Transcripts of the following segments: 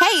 Hey,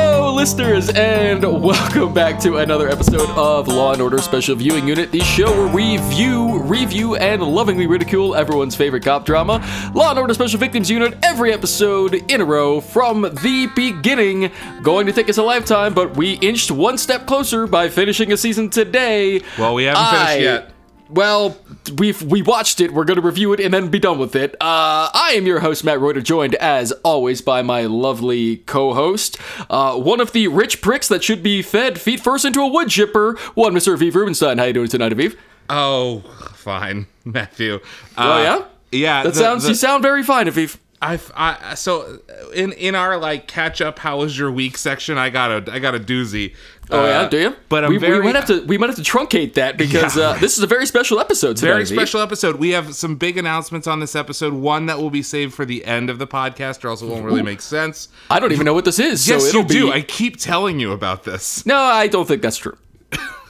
listeners, and welcome back to another episode of Law and Order Special Viewing Unit, the show where we view, review, and lovingly ridicule everyone's favorite cop drama, Law and Order Special Victims Unit, every episode in a row from the beginning. Going to take us a lifetime, but we inched one step closer by finishing a season today. Well, we haven't finished yet. Well, we've we watched it. We're gonna review it and then be done with it. Uh, I am your host Matt Reuter, joined as always by my lovely co-host, uh, one of the rich pricks that should be fed feet first into a wood chipper. One, Mr. Aviv Rubenstein. How you doing tonight, Aviv? Oh, fine, Matthew. Uh, oh yeah, yeah. That the- sounds. the- you sound very fine, Aviv. I've, I so in in our like catch up. How was your week section? I got a I got a doozy. Oh yeah, Uh, do you? But I'm we, very we might have to we might have to truncate that because Yeah. uh, this is a very special episode tonight. very Aviv. special episode. We have some big announcements on this episode. One that will be saved for the end of the podcast, or else it won't really make sense. I don't even know what this is. yes, so it'll you do. be. I keep telling you about this. no, I don't think that's true.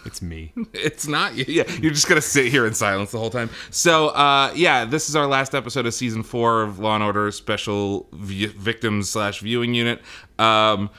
It's me. It's not. Yeah, you're just gonna sit here in silence the whole time. So, uh, yeah, this is our last episode of season four of Law and Order Special v- Victims slash Viewing Unit. Um,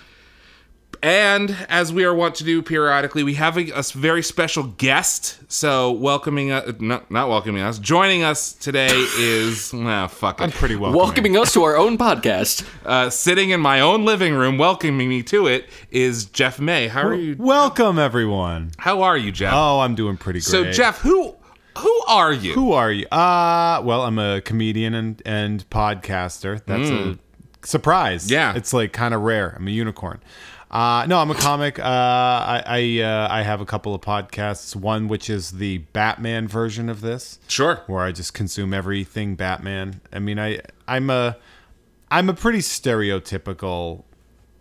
and as we are wont to do periodically, we have a, a very special guest. So, welcoming us, not, not welcoming us, joining us today is nah, fuck it. I'm pretty welcoming. Welcoming us to our own podcast. Uh, sitting in my own living room, welcoming me to it is Jeff May. How are you? Welcome everyone. How are you, Jeff? Oh, I'm doing pretty great. so, Jeff, who who are you? who are you? Uh, well, I'm a comedian and and podcaster. That's a surprise. Mm. Yeah. it's like kind of rare. I'm a unicorn. Uh, no, I'm a comic. Uh, I I, uh, I have a couple of podcasts. One which is the Batman version of this. Sure. where I just consume everything Batman. I mean, I I'm a I'm a pretty stereotypical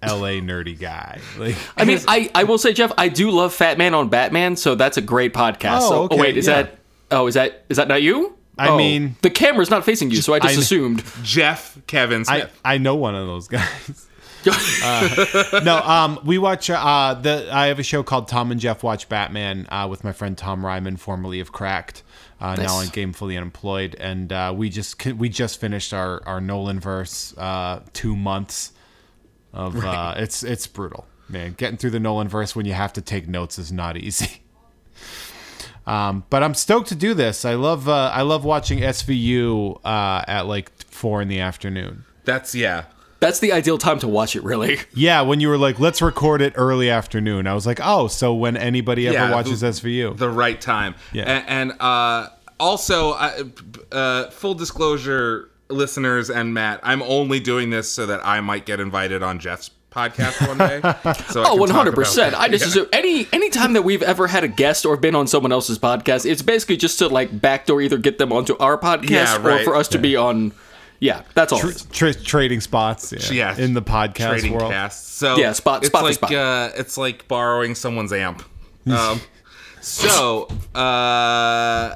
LA nerdy guy. Like I mean, I, I will say, Jeff, I do love Fat Man on Batman, so that's a great podcast. Oh, so, okay, wait, is yeah. that? Oh, is that is that not you? I Oh, mean- the camera's not facing you, so I just I- assumed. Jeff Kevin I, Smith. Uh, I know one of those guys. no, um, we watch uh, the. I have a show called Tom and Jeff Watch Batman uh, with my friend Tom Ryman, formerly of Cracked, uh, now on Nice. Gamefully Unemployed, and uh, we just c- we just finished our our Nolan verse uh, two months of uh, it's it's brutal, man. Getting through the Nolan verse when you have to take notes is not easy. Um, but I'm stoked to do this. I love uh, I love watching SVU uh, at like four in the afternoon. That's yeah. That's the ideal time to watch it, really. Yeah, when you were like, let's record it early afternoon. I was like, oh, so when anybody ever Yeah, the- watches SVU. The right time. Yeah. A- And, uh, also, uh, uh, full disclosure, listeners and Matt, I'm only doing this so that I might get invited on Jeff's podcast one day. So I Oh, can talk about 100%. that. I just Yeah. assume any any time that we've ever had a guest or been on someone else's podcast, it's basically just to like backdoor either get them onto our podcast Yeah, or right. for us to be on. Yeah, that's all. it is. Tra- trading spots yeah, Yeah, in the podcast trading world. casts. So Yeah, spot- it's spot for like spot. Uh, it's like borrowing someone's amp. Um, so uh,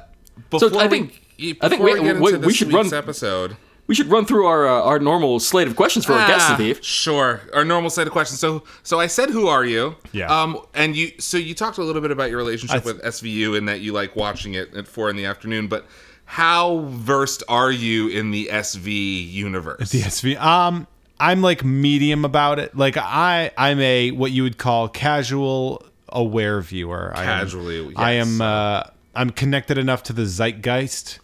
before I think- we, I think before we- get we- into we this should week's run- episode. We should run through our uh, our normal slate of questions for our guest, Ah, Steve. Sure. Our normal set of questions. So so I said who are you? Yeah. Um and you so you talked a little bit about your relationship th- with SVU and that you like watching it at four in the afternoon, but how versed are you in the SV universe? The SV. Um, I'm like medium about it. Like I, I'm a what you would call casual aware viewer. I am- Casually, I yes. am. Uh, I'm connected enough to the zeitgeist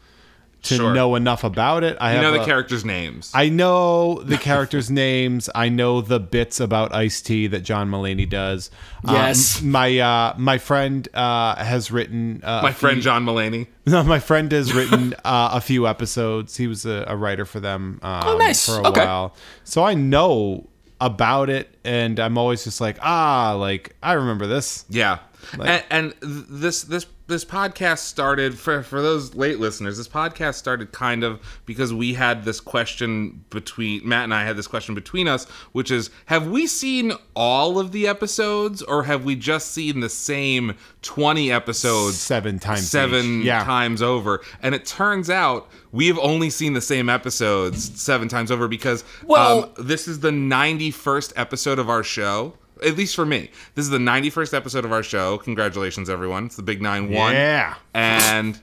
to Sure. know enough about it. I You have know a- the characters' names. I know the characters' names. I know the bits about Ice Tea that John Mulaney does. Um, Yes. my uh, my friend uh, has written. Uh, My a friend John Mulaney. few- No, my friend has written uh, a few episodes. He was a, a writer for them. Um, Oh, nice. For a Okay. while, so I know about it, and I'm always just like, ah, like I remember this. Yeah. and, and th- this this this podcast started for for those late listeners. This podcast started kind of because we had this question between Matt and I had this question between us, which is: Have we seen all of the episodes, or have we just seen the same twenty episodes Seven times seven each. Yeah. times over? And it turns out we have only seen the same episodes seven times over because Well- um, this is the 91st episode of our show. At least for me. This is the 91st episode of our show. Congratulations, everyone. It's the Big 9 1. Yeah. And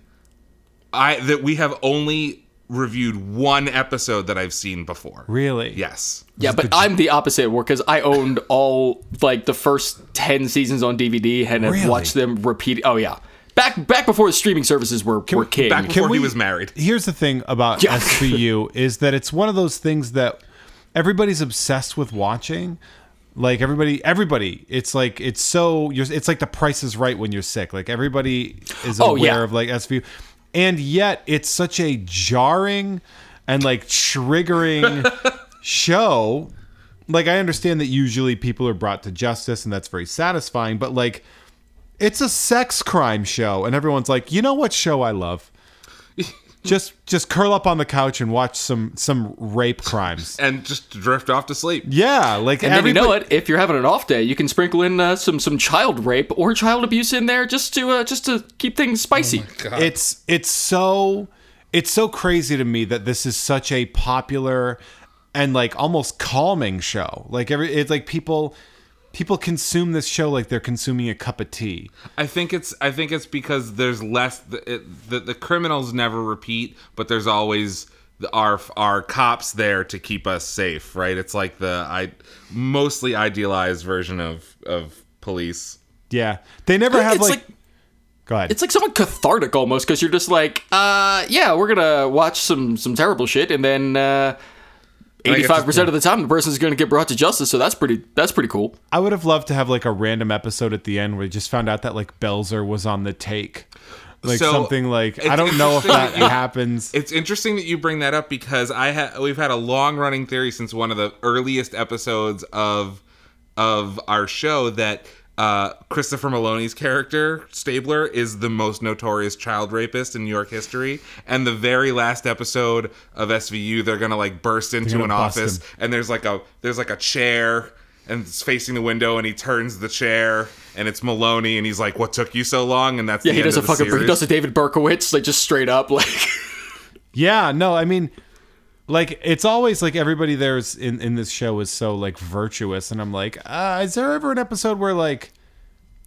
I that we have only reviewed one episode that I've seen before. Really? Yes. Yeah, but I'm the opposite work because I owned all like the first ten seasons on DVD and have Really? watched them repeat. Oh yeah, back back before the streaming services were were king. Back Can before he we- was married. Here's the thing about Yeah. SVU is that it's one of those things that everybody's obsessed with watching. Like everybody, everybody, it's like it's so you're. It's like The Price is Right when you're sick. Like everybody is aware Oh, yeah. of like SVU, and yet it's such a jarring and like triggering show. Like I understand that usually people are brought to justice, and that's very satisfying. But like, it's a sex crime show, and everyone's like, you know what show I love just just curl up on the couch and watch some some rape crimes. And just drift off to sleep. Yeah, like and then you everybody, know it. If you're having an off day, you can sprinkle in uh, some some child rape or child abuse in there just to uh, just to keep things spicy. Oh, it's it's so it's so crazy to me that this is such a popular and like almost calming show. Like every it's like people people consume this show like they're consuming a cup of tea. I think it's I think it's because there's less the, it, the, the criminals never repeat, but there's always the, our our cops there to keep us safe, right? It's like the I mostly idealized version of of police. Yeah, they never I think have it's like, like- Go ahead. It's like somewhat cathartic almost because you're just like, uh, yeah, we're gonna watch some some terrible shit, and then uh, I guess- 85 percent of the time the person's gonna get brought to justice. So that's pretty that's pretty cool. I would have loved to have like a random episode at the end where you just found out that like Belzer was on the take, like So, something like I it's don't know if interesting that that you- happens. It's interesting that you bring that up because I ha- we've had a long running theory since one of the earliest episodes of of our show that uh, Christopher Maloney's character Stabler is the most notorious child rapist in New York history, and the very last episode of SVU, they're gonna like burst into gonna an bust office, him. and there's like a there's like a chair. And it's facing the window, and he turns the chair, and it's Maloney, and he's like, "What took you so long?" And that's Yeah, the he end does a of the fucking he series. does a David Berkowitz like just straight up like Yeah, no, I mean, like it's always like everybody there's in in this show is so like virtuous, and I'm like, uh, is there ever an episode where like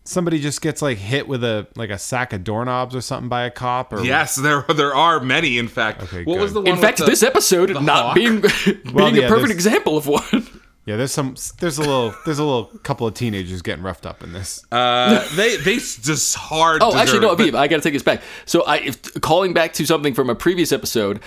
somebody just gets like hit with a like a sack of doorknobs or something by a cop? Or Yes, there there are many. In fact, what was good. the one? in fact with the- this episode not hawk? being being Well, yeah, a perfect there's- example of one. yeah. There's some there's a little there's a little couple of teenagers getting roughed up in this. uh, they they s- just hard. Oh, actually, no, deserve it. Aviv, I got to take this back. So, I if, calling back to something from a previous episode,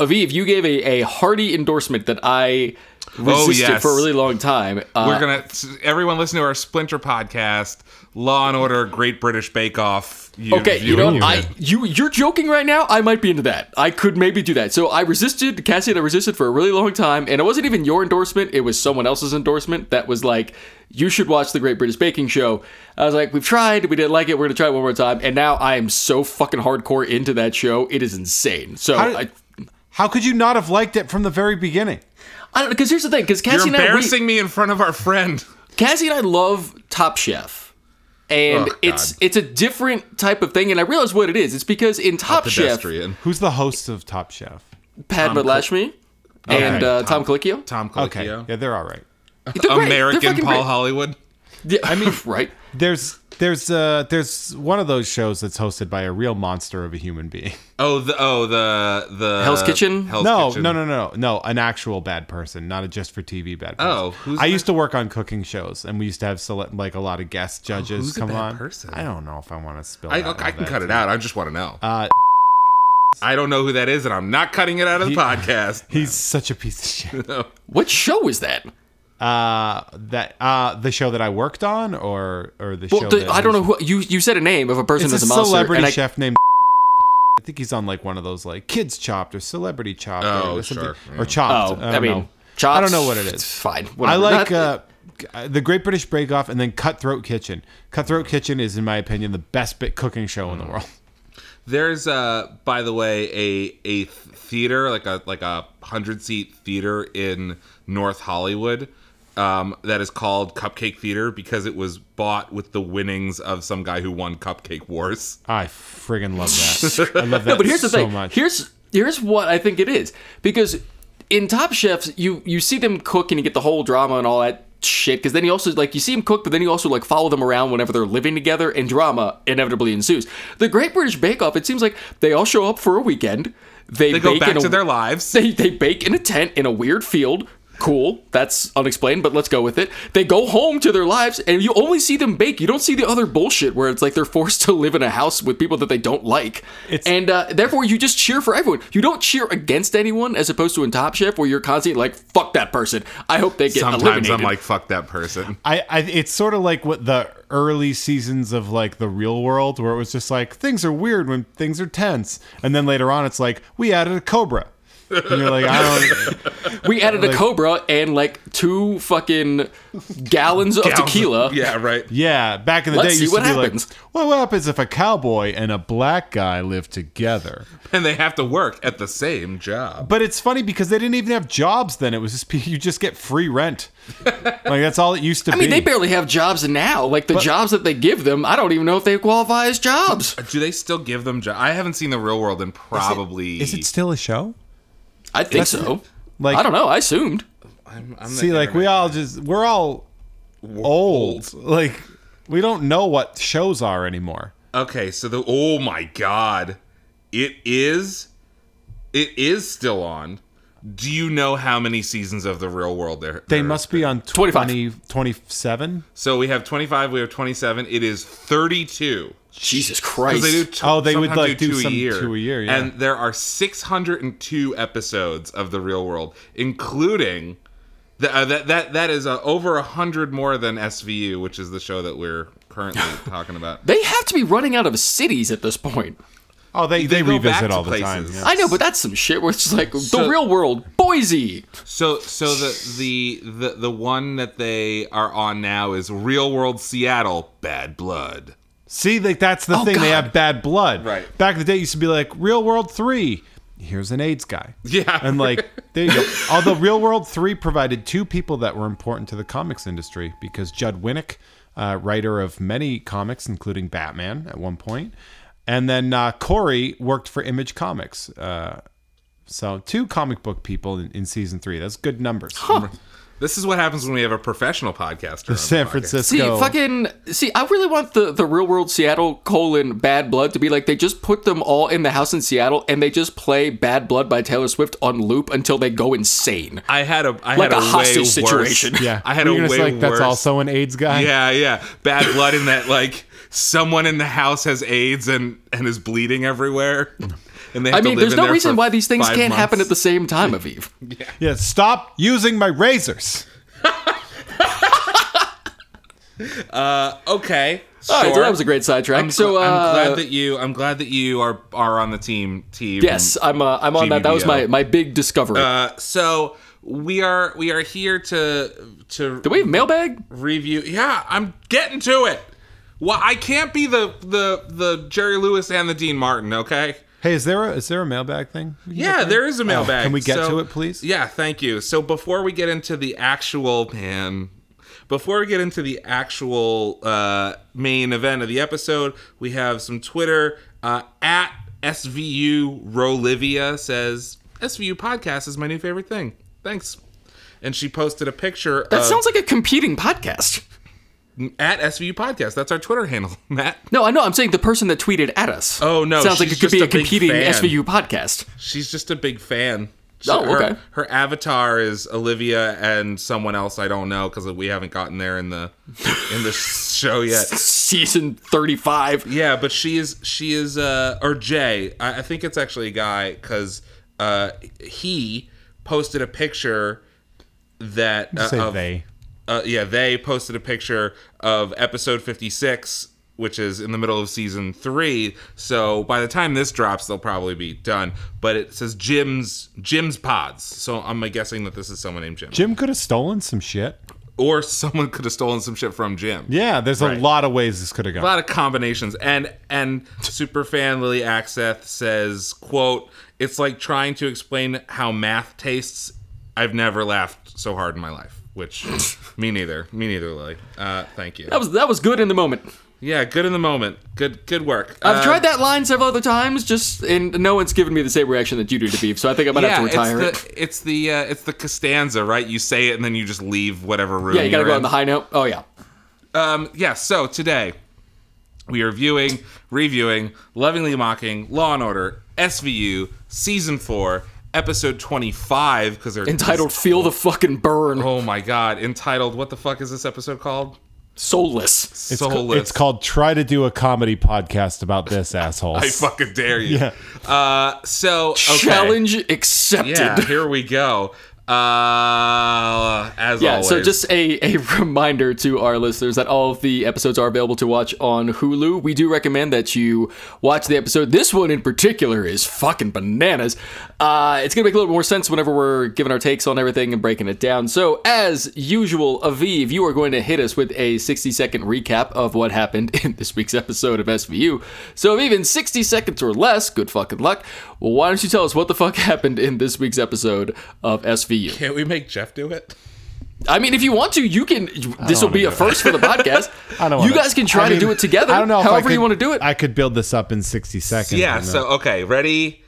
Aviv, you gave a, a hearty endorsement that I resisted Oh, yes. for a really long time. Uh, We're gonna everyone listen to our Splinter podcast, Law and Order, Great British Bake Off. You, Okay, you know, and I you you're joking right now. I might be into that. I could maybe do that. So I resisted, Cassie, and I resisted for a really long time, and it wasn't even your endorsement. It was someone else's endorsement that was like, "You should watch the Great British Baking Show." I was like, "We've tried, we didn't like it. We're gonna try it one more time." And now I am so fucking hardcore into that show. It is insane. So How did- I, How could you not have liked it from the very beginning? I don't know. Because here's the thing. Because you're Cassie and I, we- embarrassing me in front of our friend. Cassie and I love Top Chef, and Oh, it's God. it's a different type of thing. And I realize what it is. It's because in Top Chef, Pedestrian. Who's the host of Top Chef? Padma Lashmi and uh, Tom, Colicchio. Tom Colicchio. Okay, yeah, they're all right. They're great. They're American fucking Paul great. Hollywood. Yeah, I mean, right. There's there's uh there's one of those shows that's hosted by a real monster of a human being. Oh, the oh the the Hell's Kitchen? Hell's no, Kitchen. no, no, no, no. An actual bad person, not a just for TV bad person. Oh, who's I the- used to work on cooking shows, and we used to have sele- like a lot of guest judges Oh, who's a come bad on. person? I don't know if I want to spill. I, that I can out. cut it out. I just want to know. I don't know who that is, and I'm not cutting it out of the He- podcast. He's such a piece of shit. What show is that? Uh, that uh, the show that I worked on, or or the show. Well, the, that I don't know who you you said a name of a person It's a that's a, monster. celebrity and I- chef named. I think he's on like one of those like kids chopped or celebrity chopped Oh, or something sure, yeah. or chopped. oh, I, I, don't mean, know. chops, I don't know what it it's is. Fine. I whatever. like Not- uh, the Great British Bake Off and then Cutthroat Kitchen. Cutthroat Kitchen is, in my opinion, the best bit cooking show in the Mm. world. There's uh by the way a a theater like a like a 100 seat theater in North Hollywood um that is called Cupcake Theater because it was bought with the winnings of some guy who won Cupcake Wars. I friggin' love that. I love that no, but here's the so thing. much. Here's here's what I think it is because in Top Chefs, you you see them cook and you get the whole drama and all that shit. Because then you also like you see them cook, but then you also like follow them around whenever they're living together, and drama inevitably ensues. The Great British Bake Off. It seems like they all show up for a weekend. They, They go bake back in a- to their lives. They they bake in a tent in a weird field. Cool, that's unexplained, but let's go with it. They go home to their lives, and you only see them bake. You don't see the other bullshit where it's like they're forced to live in a house with people that they don't like, It's- and uh, therefore you just cheer for everyone. You don't cheer against anyone, as opposed to in Top Chef where you're constantly like, "Fuck that person! I hope they get Sometimes eliminated." I'm like fuck that person. I, I it's sort of like what the early seasons of like the real world where it was just like things are weird when things are tense and then later on it's like we added a cobra and you're like i don't we added a cobra and like two fucking gallons of tequila. Yeah, right. yeah back in the Let's day it see used what to be happens. like well, what happens if a cowboy and a black guy live together And they have to work at the same job. but it's funny because they didn't even have jobs then it was just you just get free rent like that's all it used to I mean, be they barely have jobs now. Like the jobs that they give them, I don't even know if they qualify as jobs. Do they still give them jobs? I haven't seen the real world in probably is it still a show I think so. like- I don't know. I assumed. I'm, I'm See, the like we internet. all just we're all old. Like we don't know what shows are anymore. Okay, so the oh my god, it is, it is still on. Do you know how many seasons of the Real World there? They there- must be on 25. 20, 27. So we have twenty five. We have twenty seven. It is thirty two. Jesus Because Christ. they do t- Oh, they would, sometimes like, do some two a year, yeah. And there are 602 episodes of The Real World, including the, uh, that that that is uh, over 100 more than SVU, which is the show that we're currently talking about. They have to be running out of cities at this point. Oh, they they, go back revisit to all the time. places. yeah. I know, but that's some shit where it's just like the So- real world, Boise. So so the, the the the one that they are on now is Real World Seattle Bad Blood. See, like that's the Oh, thing. They God. have bad blood. Right. Back in the day, it used to be like Real World Three. Here's an AIDS guy. Yeah. And like there you go. Although Real World Three provided two people that were important to the comics industry because Judd Winnick, uh, writer of many comics, including Batman at one point, and then uh, Corey worked for Image Comics. Uh, so two comic book people in, in season three. That's good numbers. This is what happens when we have a professional podcaster. on the San podcast. Francisco. See, fucking see, I really want the the real world Seattle colon Bad Blood to be like they just put them all in the house in Seattle and they just play Bad Blood by Taylor Swift on loop until they go insane. I had a I Like a had a, way hostage worse- situation. yeah. I had Were a you way gonna say, like, worse. That's also an AIDS guy. Yeah, yeah. Bad blood in that like someone in the house has AIDS and and is bleeding everywhere. And they I have to mean, live there's in no there reason for why these things five can't happen at months. the same time, Aviv. Yeah, stop using my razors. Okay. All right, so sure. Oh, that was a great sidetrack. I'm, gl- so uh, I'm glad that you I'm glad that you are are on the team team. yes, I'm uh, I'm on that. That was my GBBO. my big discovery. Uh, so we are we are here to to Do we have mailbag? review. Yeah, I'm getting to it. Well, I can't be the the the Jerry Lewis and the Dean Martin, okay? Hey, is there a is there a mailbag thing? we can get Yeah, through? there is a mailbag. can we get So- to it, please? Yeah, thank you. So before we get into the actual man, before we get into the actual uh, main event of the episode, we have some Twitter uh, at SVU Rolivia says SVU podcast is my new favorite thing. Thanks. And she posted a picture That of sounds like a competing podcast. at SVU podcast. That's our Twitter handle, Matt. No, I know. I'm saying the person that tweeted at us. Oh, no, sounds like she's it could just be a a big competing fan. SVU podcast. She's just a big fan. Oh, her, okay. her avatar is Olivia and someone else I don't know because we haven't gotten there in the in the show yet. Season 35. Yeah, but she is she is uh or Jay. I, I think it's actually a guy because uh he posted a picture that uh, Say of- they. uh, yeah, they posted a picture of episode 56, which is in the middle of season three. So by the time this drops, they'll probably be done. But it says Jim's Jim's Pods. So I'm guessing that this is someone named Jim, Jim could have stolen some shit. or someone could have stolen some shit from Jim. Yeah, there's Right. a lot of ways this could A have gone. lot of combinations. And and superfan Lily Axeth says, "quote It's like trying to explain how math tastes. I've never laughed so hard in my life." Which, me neither. Me neither, Lily. Uh, thank you. That was that was good in the moment. Yeah, good in the moment. Good, good work. I've Uh, tried that line several other times, just and no one's given me the same reaction that you do to beef. So I think I might Yeah, have to retire it. it's the it's the uh, it's the Costanza, right? You say it and then you just leave whatever room. yeah, you gotta you're go in. on the high note. Oh yeah, Um, yeah. So today we are viewing, reviewing, lovingly mocking Law and Order SVU season four, episode twenty five, because they're entitled "Feel the Fucking Burn." Oh my god! Entitled. What the fuck is this episode called? Soulless. It's, Soulless. ca- it's called Try to Do a Comedy Podcast About This Asshole. I fucking dare you. Yeah. Uh, so okay. Challenge accepted. Yeah. Here we go. Uh, as Yeah, always. so just a, a reminder to our listeners that all of the episodes are available to watch on Hulu. We do recommend that you watch the episode. This one in particular is fucking bananas. Uh, it's going to make a little more sense whenever we're giving our takes on everything and breaking it down. So, as usual, Aviv, you are going to hit us with a 60 second recap of what happened in this week's episode of SVU. So, Aviv, in 60 seconds or less, good fucking luck, why don't you tell us what the fuck happened in this week's episode of SVU? Can't we make Jeff do it? I mean, if you want to, you can. This will wanna be a do it. first for the podcast. I don't You wanna- guys can try I to do mean, it together. I don't know if I However you could- want to do it. I could build this up in 60 seconds. Yeah, I know. so okay, ready?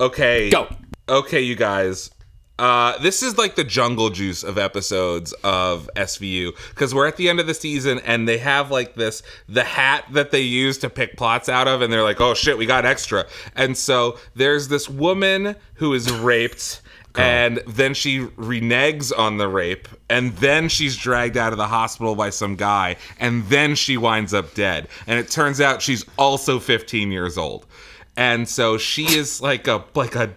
Okay. Go. Okay, you guys. Uh, this is like the jungle juice of episodes of SVU because we're at the end of the season and they have like this the hat that they use to pick plots out of, and they're like, oh shit, we got extra. And so there's this woman who is raped. And then she reneges on the rape, and then she's dragged out of the hospital by some guy, and then she winds up dead. And it turns out she's also 15 years old, and so she is like a like a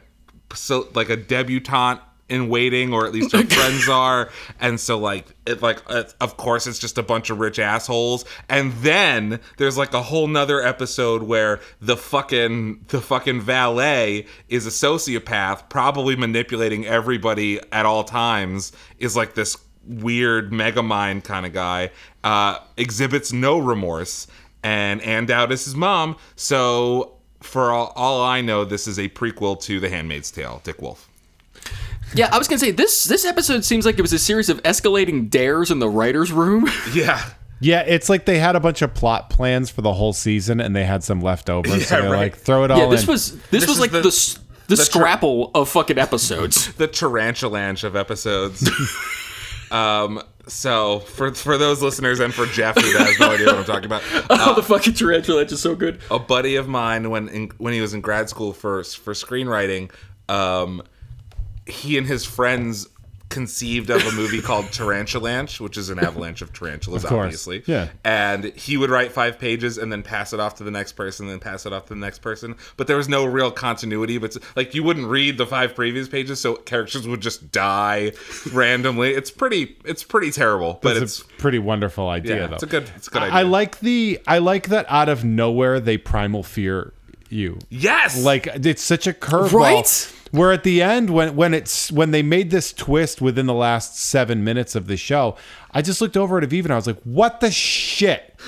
so like a debutante in waiting or at least her friends are and so like it like uh, of course it's just a bunch of rich assholes and then there's like a whole nother episode where the fucking the fucking valet is a sociopath probably manipulating everybody at all times is like this weird megamind kind of guy uh exhibits no remorse and Andout is his mom so for all, all I know, this is a prequel to The Handmaid's Tale, Dick Wolf. Yeah, I was gonna say this. This episode seems like it was a series of escalating dares in the writers' room. Yeah. Yeah, it's like they had a bunch of plot plans for the whole season and they had some left over. so Yeah, they're right. like, throw it all yeah, this in. was this, This was is like the- the s- the, the tra- scrapple of fucking episodes. The tarantulange of episodes. um, so for for those listeners and for Jeff who has no idea what I'm talking about. oh, the fucking tarantula! That's just so good. a buddy of mine when in, when he was in grad school for for screenwriting, um, he and his friends conceived of a movie called Tarantulanche, which is an avalanche of tarantulas, course. obviously. Yeah. And he would write five pages and then pass it off to the next person, then pass it off to the next person. But there was no real continuity. But like you wouldn't read the five previous pages, so characters would just die randomly. It's pretty. It's pretty terrible. But It's it's, a pretty wonderful idea, yeah, though. it's a good. It's a good idea. I like the I like that out of nowhere they primal fear you. Yes. Like it's such a curveball. Right? Where at the end when when it's when they made this twist within the last seven minutes of the show, I just looked over at Aviva and I was like, "What the shit?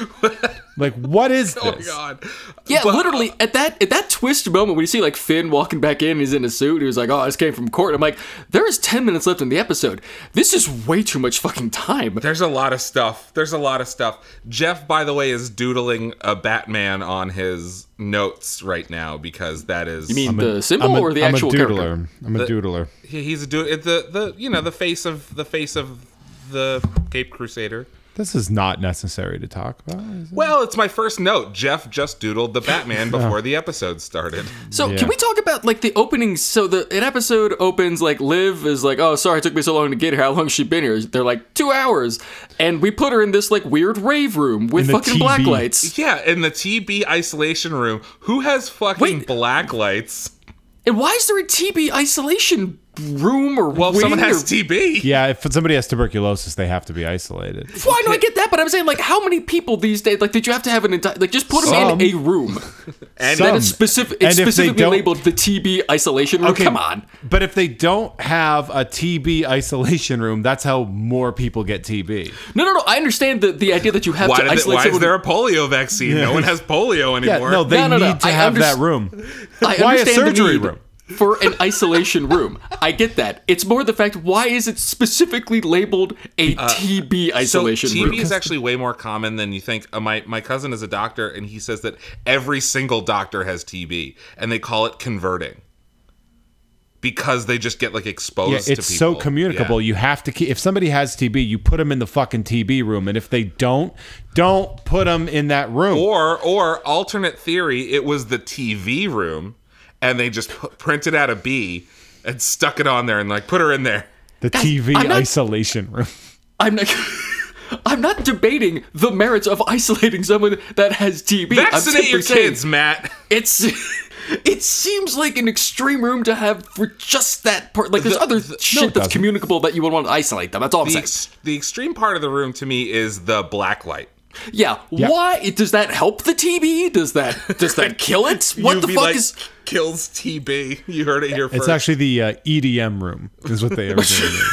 like, what is this?" Oh my god. Yeah, But- literally at that at that twist moment when you see like Finn walking back in, he's in his suit. He was like, "Oh, I just came from court." I'm like, "There is ten minutes left in the episode. This is way too much fucking time." There's a lot of stuff. There's a lot of stuff. Jeff, by the way, is doodling a Batman on his notes right now because that is. You mean I'm a- the symbol I'm a- or the I'm actual a doodler. character? I'm a doodler. he- he's a do the the you know the face of the face of the Cape Crusader. This is not necessary to talk about. is it? Well, it's my first note. Jeff just doodled the Batman before the episode started. So Yeah. can we talk about like the opening? So the an episode opens like Liv is like, oh sorry, it took me so long to get here. How long has she been here? They're like two hours, and we put her in this like weird rave room with In the fucking TV. black lights. Yeah, in the TB isolation room. Who has fucking Wait. black lights? And why is there a TB isolation room or Well, if someone wing has or- TB. Yeah, if somebody has tuberculosis, they have to be isolated. Why do I get that? But I'm saying like how many people these days? Like did you have to have an entire like just put them Some. in a room? And Some. And it's specific. It's And if they specifically don't- labeled the TB isolation room. Come on. But if they don't have a TB isolation room, that's how more people get TB. No, no, no. I understand the, the idea that you have why, to did they- isolate why is someone. there a polio vaccine? No one has polio Yeah, anymore. no, they No, no, need no, to I have that underst- room. I Why a understand the surgery need room? For an isolation room. I get that. It's more the fact why is it specifically labeled a TB isolation Uh, so TB room? is actually way more common than you think. Uh, my my cousin is a doctor, and he says that every single doctor has TB, and they call it converting because they just get like exposed. Yeah, to it's so people. communicable. Yeah. You have to keep. If somebody has TB, you put them in the fucking TB room, and if they don't, don't put them in that room. Or or alternate theory, it was the TV room, and they just put, printed out a B and stuck it on there, and like put her in there. the TV I'm not- isolation room. I'm not I'm not debating the merits of isolating someone that has TB. I'm Vaccinate simply your saying kids, Matt. It's it seems like an extreme room to have for just that part. Like there's other shit that's doesn't. communicable that you would want to isolate them. That's all I'm The, saying. ex- the extreme part of the room to me is the black light. Yeah. Yeah. Why does that help the TB? Does that does that kill it? What the UV fuck light is kills TB? You heard it here first. It's actually the uh, EDM room, is what they originally. named.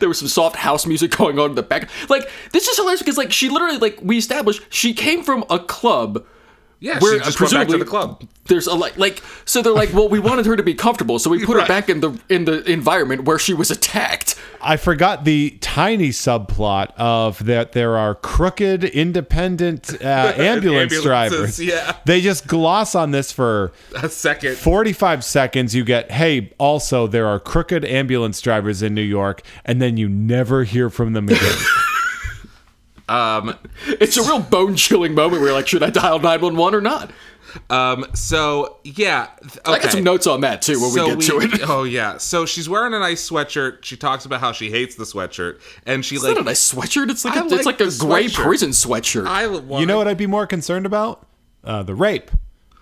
there was some soft house music going on in the back. Like this is hilarious because like she literally like we established she came from a club. yeah. where she just went back to presumably- the club. There's a like like so they're like well we wanted her to be comfortable so we put her back in the in the environment where she was attacked. I forgot the tiny subplot of that there are crooked independent uh, ambulance Ambulances, drivers. yeah. They just gloss on this for A second. 45 seconds. You get, hey, also, there are crooked ambulance drivers in New York, and then you never hear from them again. Um, It's a real bone chilling moment where you're like should I dial nine one one or not? um, so yeah. th- Okay. I got some notes on that too when we get to it. Oh yeah. So she's wearing a nice sweatshirt. She talks about how she hates the sweatshirt, and she It's like not a nice sweatshirt. It's like I a, it's like like a the gray sweatshirt. prison sweatshirt. I want. you know what I'd be more concerned about? Uh, the rape.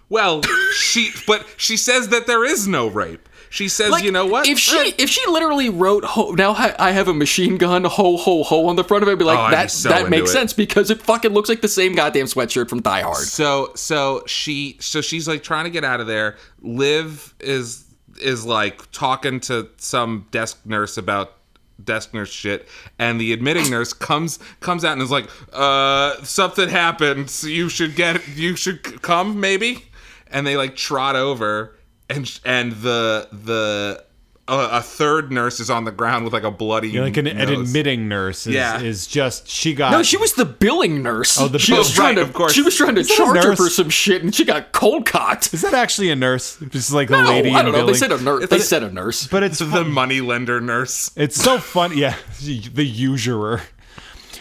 Well, she but she says that there is no rape. She says, Like, you know what? If she if she literally wrote ho, now I I have a machine gun ho ho ho on the front of it, I'd be like Oh, I'd be that so that into makes it. sense because it fucking looks like the same goddamn sweatshirt from Die Hard. So so she so she's like trying to get out of there. Liv is is like talking to some desk nurse about desk nurse shit and the admitting nurse comes comes out and is like uh something happened so you should get you should c- come maybe and they like trot over and sh- and the the uh, a third nurse is on the ground with like a bloody Like an, an nose. admitting nurse is, Yeah. is just, she got. No, she was the billing nurse. Oh, the she bill- was trying to right, of course. she was trying to that a charge her nurse? for some shit, and she got cold cocked. Is that actually a nurse? Just like No, the I lady in don't know. They billing? said a nurse. They said a nurse. But it's the moneylender nurse It's so funny. Yeah, the usurer.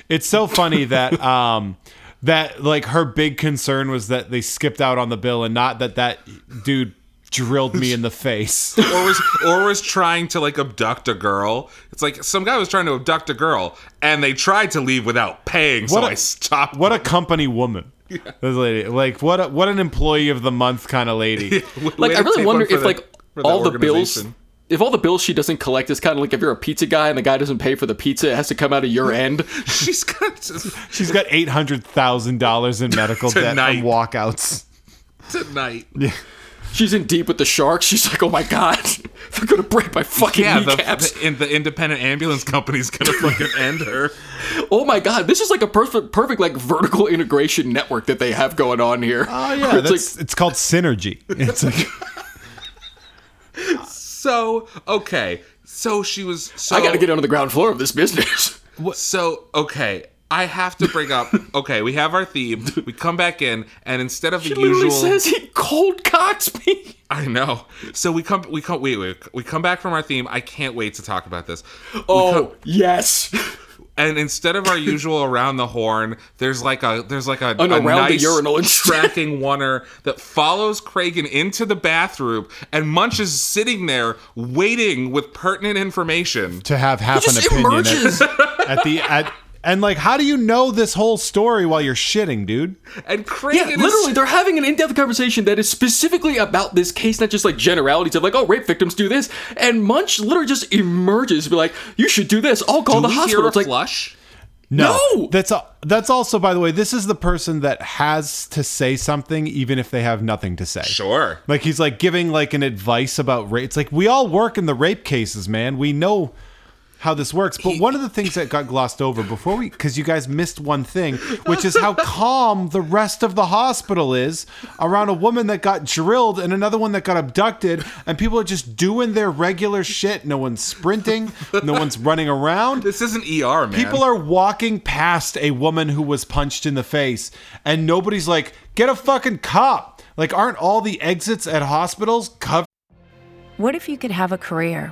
It's so funny that um that like her big concern was that they skipped out on the bill and not that that dude drilled me in the face. or was or was trying to like abduct a girl. It's like some guy was trying to abduct a girl, and they tried to leave without paying, so What a- I stopped. What a company woman. This lady, like what? A, what an employee of the month kind of lady. like I really wonder if like all the bills. organization. If all the bills she doesn't collect is kind of like if you're a pizza guy and the guy doesn't pay for the pizza, it has to come out of your end. She's got to- She's got eight hundred thousand dollars in medical debt Tonight. and walkouts. tonight. She's in deep with the sharks. She's like, oh my god, they're gonna break my fucking Yeah, the, kneecaps. the, in, the independent ambulance company's gonna fucking end her. oh my god, this is like a perfect, perfect like vertical integration network that they have going on here. Oh yeah, it's it's, like it's called synergy. It's like So okay, so she was. So, I gotta get onto the ground floor of this business. So okay. I have to bring up. Okay, we have our theme. We come back in, and instead of She the literally usual, says he cold cocks me. I know. So we come, we come, wait, wait, we come back from our theme. I can't wait to talk about this. We Oh yes, come- and instead of our usual around the horn, there's like a there's like a, An a around the nice urinal instead. tracking oneer that follows Kragen into the bathroom, and Munch is sitting there waiting with pertinent information. to have half just an opinion at- emerges. at, the at, and like how do you know this whole story while you're shitting, dude? And Kragen Yeah, is literally, they're having an in-depth conversation that is specifically about this case, not just like generalities of like, oh, rape victims do this. And Munch literally just emerges, be like, you should do this. I'll call Do the we hospital. hear a It's like, flush. No! That's a, that's also by the way, this is the person that has to say something even if they have nothing to say. Sure. Like he's like giving like an advice about rape. It's like we all work in the rape cases, man. We know how this works. But one of the things that got glossed over before we cuz you guys missed one thing, which is how calm the rest of the hospital is around a woman that got drilled and another one that got abducted and people are just doing their regular shit. No one's sprinting, no one's running around. This isn't ER, man. People are walking past a woman who was punched in the face, and nobody's like, get a fucking cop. Like, aren't all the exits at hospitals covered? What if you could have a career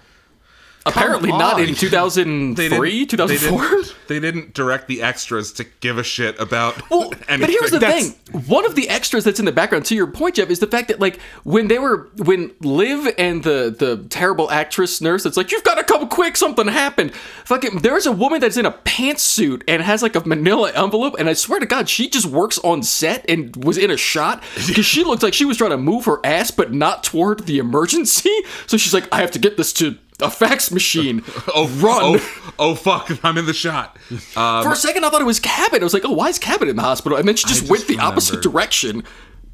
apparently Come not on. in 2003, didn't- they 2004. didn't- They didn't direct the extras to give a shit about Well, anything. but here's the That's- thing. One of the extras that's in the background, to your point, Jeff, is the fact that like when they were when Liv and the the terrible actress nurse, that's like you've got to come quick, something happened. Fucking, there's a woman that's in a pantsuit and has like a Manila envelope, and I swear to God, she just works on set and was in a shot because she looked like she was trying to move her ass, but not toward the emergency. So she's like, I have to get this to a fax machine. Oh, run. Oh, oh, fuck. I'm in the shot. Um, For a second, I thought it was Cabot. I was like, oh, why is Cabot in the hospital? And then she just, just went the opposite remembered. direction.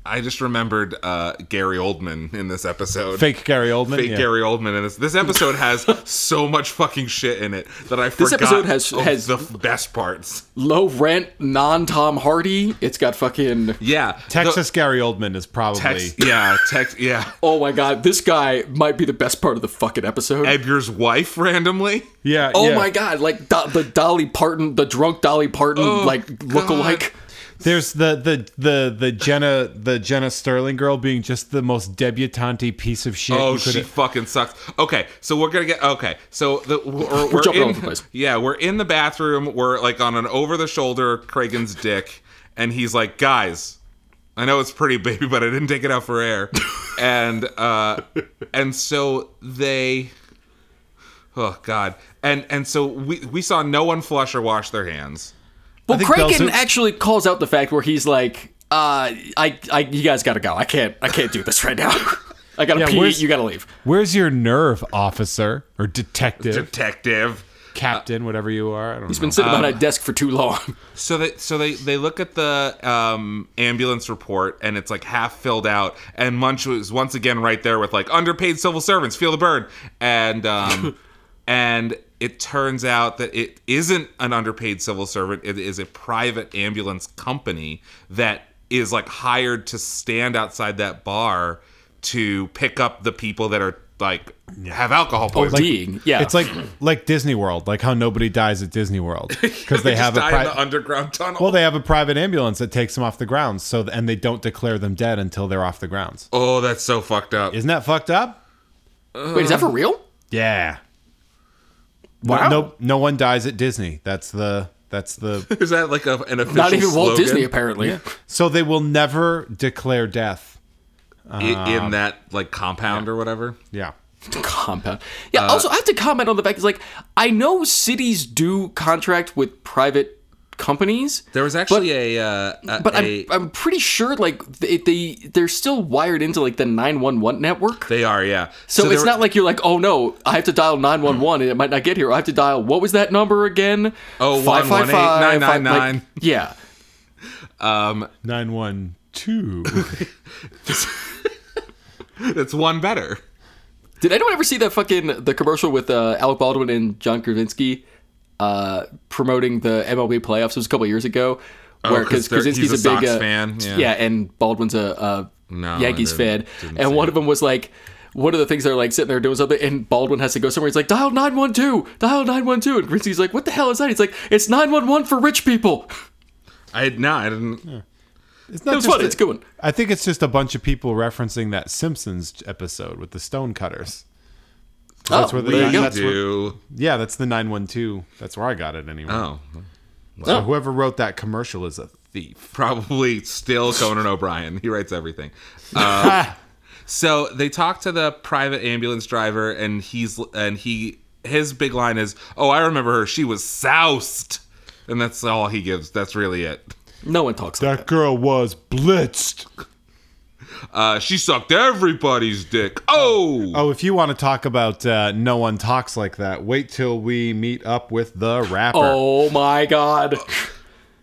I just remembered uh, Gary Oldman in this episode. Fake Gary Oldman. Fake yeah. Gary Oldman in this. This episode has so much fucking shit in it that I forgot This episode has- of has- the f- best parts. low rent, non Tom Hardy. It's got fucking. Yeah, Texas Gary Oldman is probably. The- Tex- yeah, Tex. Yeah, Oh my god, this guy might be the best part of the fucking episode. Edgar's wife randomly. yeah. oh yeah. my god, like do- the Dolly Parton, the drunk Dolly Parton, Oh like lookalike. There's the the the the Jenna the Jenna Sterling girl being just the most debutante piece of shit. Oh, you could- she fucking sucks. Okay, so we're gonna get okay. So the we're, we're, jumping all in, over the place. Yeah, we're in the bathroom. We're like on an over-the-shoulder Kragen's dick, and he's like, "Guys, I know it's pretty, baby, but I didn't take it out for air." and uh, and so they, oh god, and and so we we saw no one flush or wash their hands. Well, think Kraken Belzer- actually calls out the fact where he's like, uh, I, I, you guys gotta go. I can't, I can't do this right now. I gotta Yeah, pee. where's- You gotta leave. Where's your nerve, officer or detective, Detective. captain, whatever you are? I don't He's know. been sitting behind a desk for too long. So they so they they look at the um, ambulance report and it's like half filled out and Munch was once again right there with like underpaid civil servants feel the burn and um, and it turns out that it isn't an underpaid civil servant it is a private ambulance company that is like hired to stand outside that bar to pick up the people that are like have alcohol poisoning. Ding. Yeah. It's like like Disney World, like how nobody dies at Disney World because they, They have just die a pri- in the underground tunnel. well, they have a private ambulance that takes them off the grounds. So and they don't declare them dead until they're off the grounds. oh, that's so fucked up. Isn't that fucked up? wait, is that for real? Yeah. Wow. No, no one dies at Disney. That's the that's the Is that like a, an official Not even Walt slogan? Disney, apparently. so they will never declare death. Um, I- in that like compound or whatever. Yeah. compound. Yeah. also, I have to comment on the fact is like I know cities do contract with private companies. There was actually a, uh, a, But a I'm, I'm pretty sure like they, they they're still wired into like the 911 network. they are yeah. so, there it's were- not like you're like, oh no, I have to dial 911 and it might not get here. I have to dial what was that number again? Oh, Five, five, 118, five, 999. like, yeah. Nine one two. it's one better. Did anyone ever see that fucking the commercial with uh, Alec Baldwin and John Krasinski uh, promoting the MLB playoffs? It was a couple years ago. Oh, 'cause they're- Krasinski's he's a big Sox uh, fan, yeah. and Baldwin's a, a No, I Yankees fan, didn't- didn't and see one it. of them was like. One of the things they're like sitting there doing something, and Baldwin has to go somewhere. He's like, "Dial nine one two, dial nine one two, and Krasinski's like, "What the hell is that?" He's like, "It's nine one one for rich people." I no, I didn't. It's not It was just funny, it's a good one. I think it's just a bunch of people referencing that Simpsons episode with the stonecutters. Oh, That's where they there you got- go. that's where- do. Yeah, that's the 912. That's where I got it anyway. Oh, So whoever wrote that commercial is a thief. probably still Conan O'Brien. He writes everything. Uh, so they talk to the private ambulance driver, and he's and he his big line is, "Oh, I remember her. She was soused," and that's all he gives. That's really it. No one talks. Like that. That girl was blitzed. Uh, she sucked everybody's dick. Oh, Oh, if you want to talk about uh, no one talks like that, wait till we meet up with the rapper. Oh my god!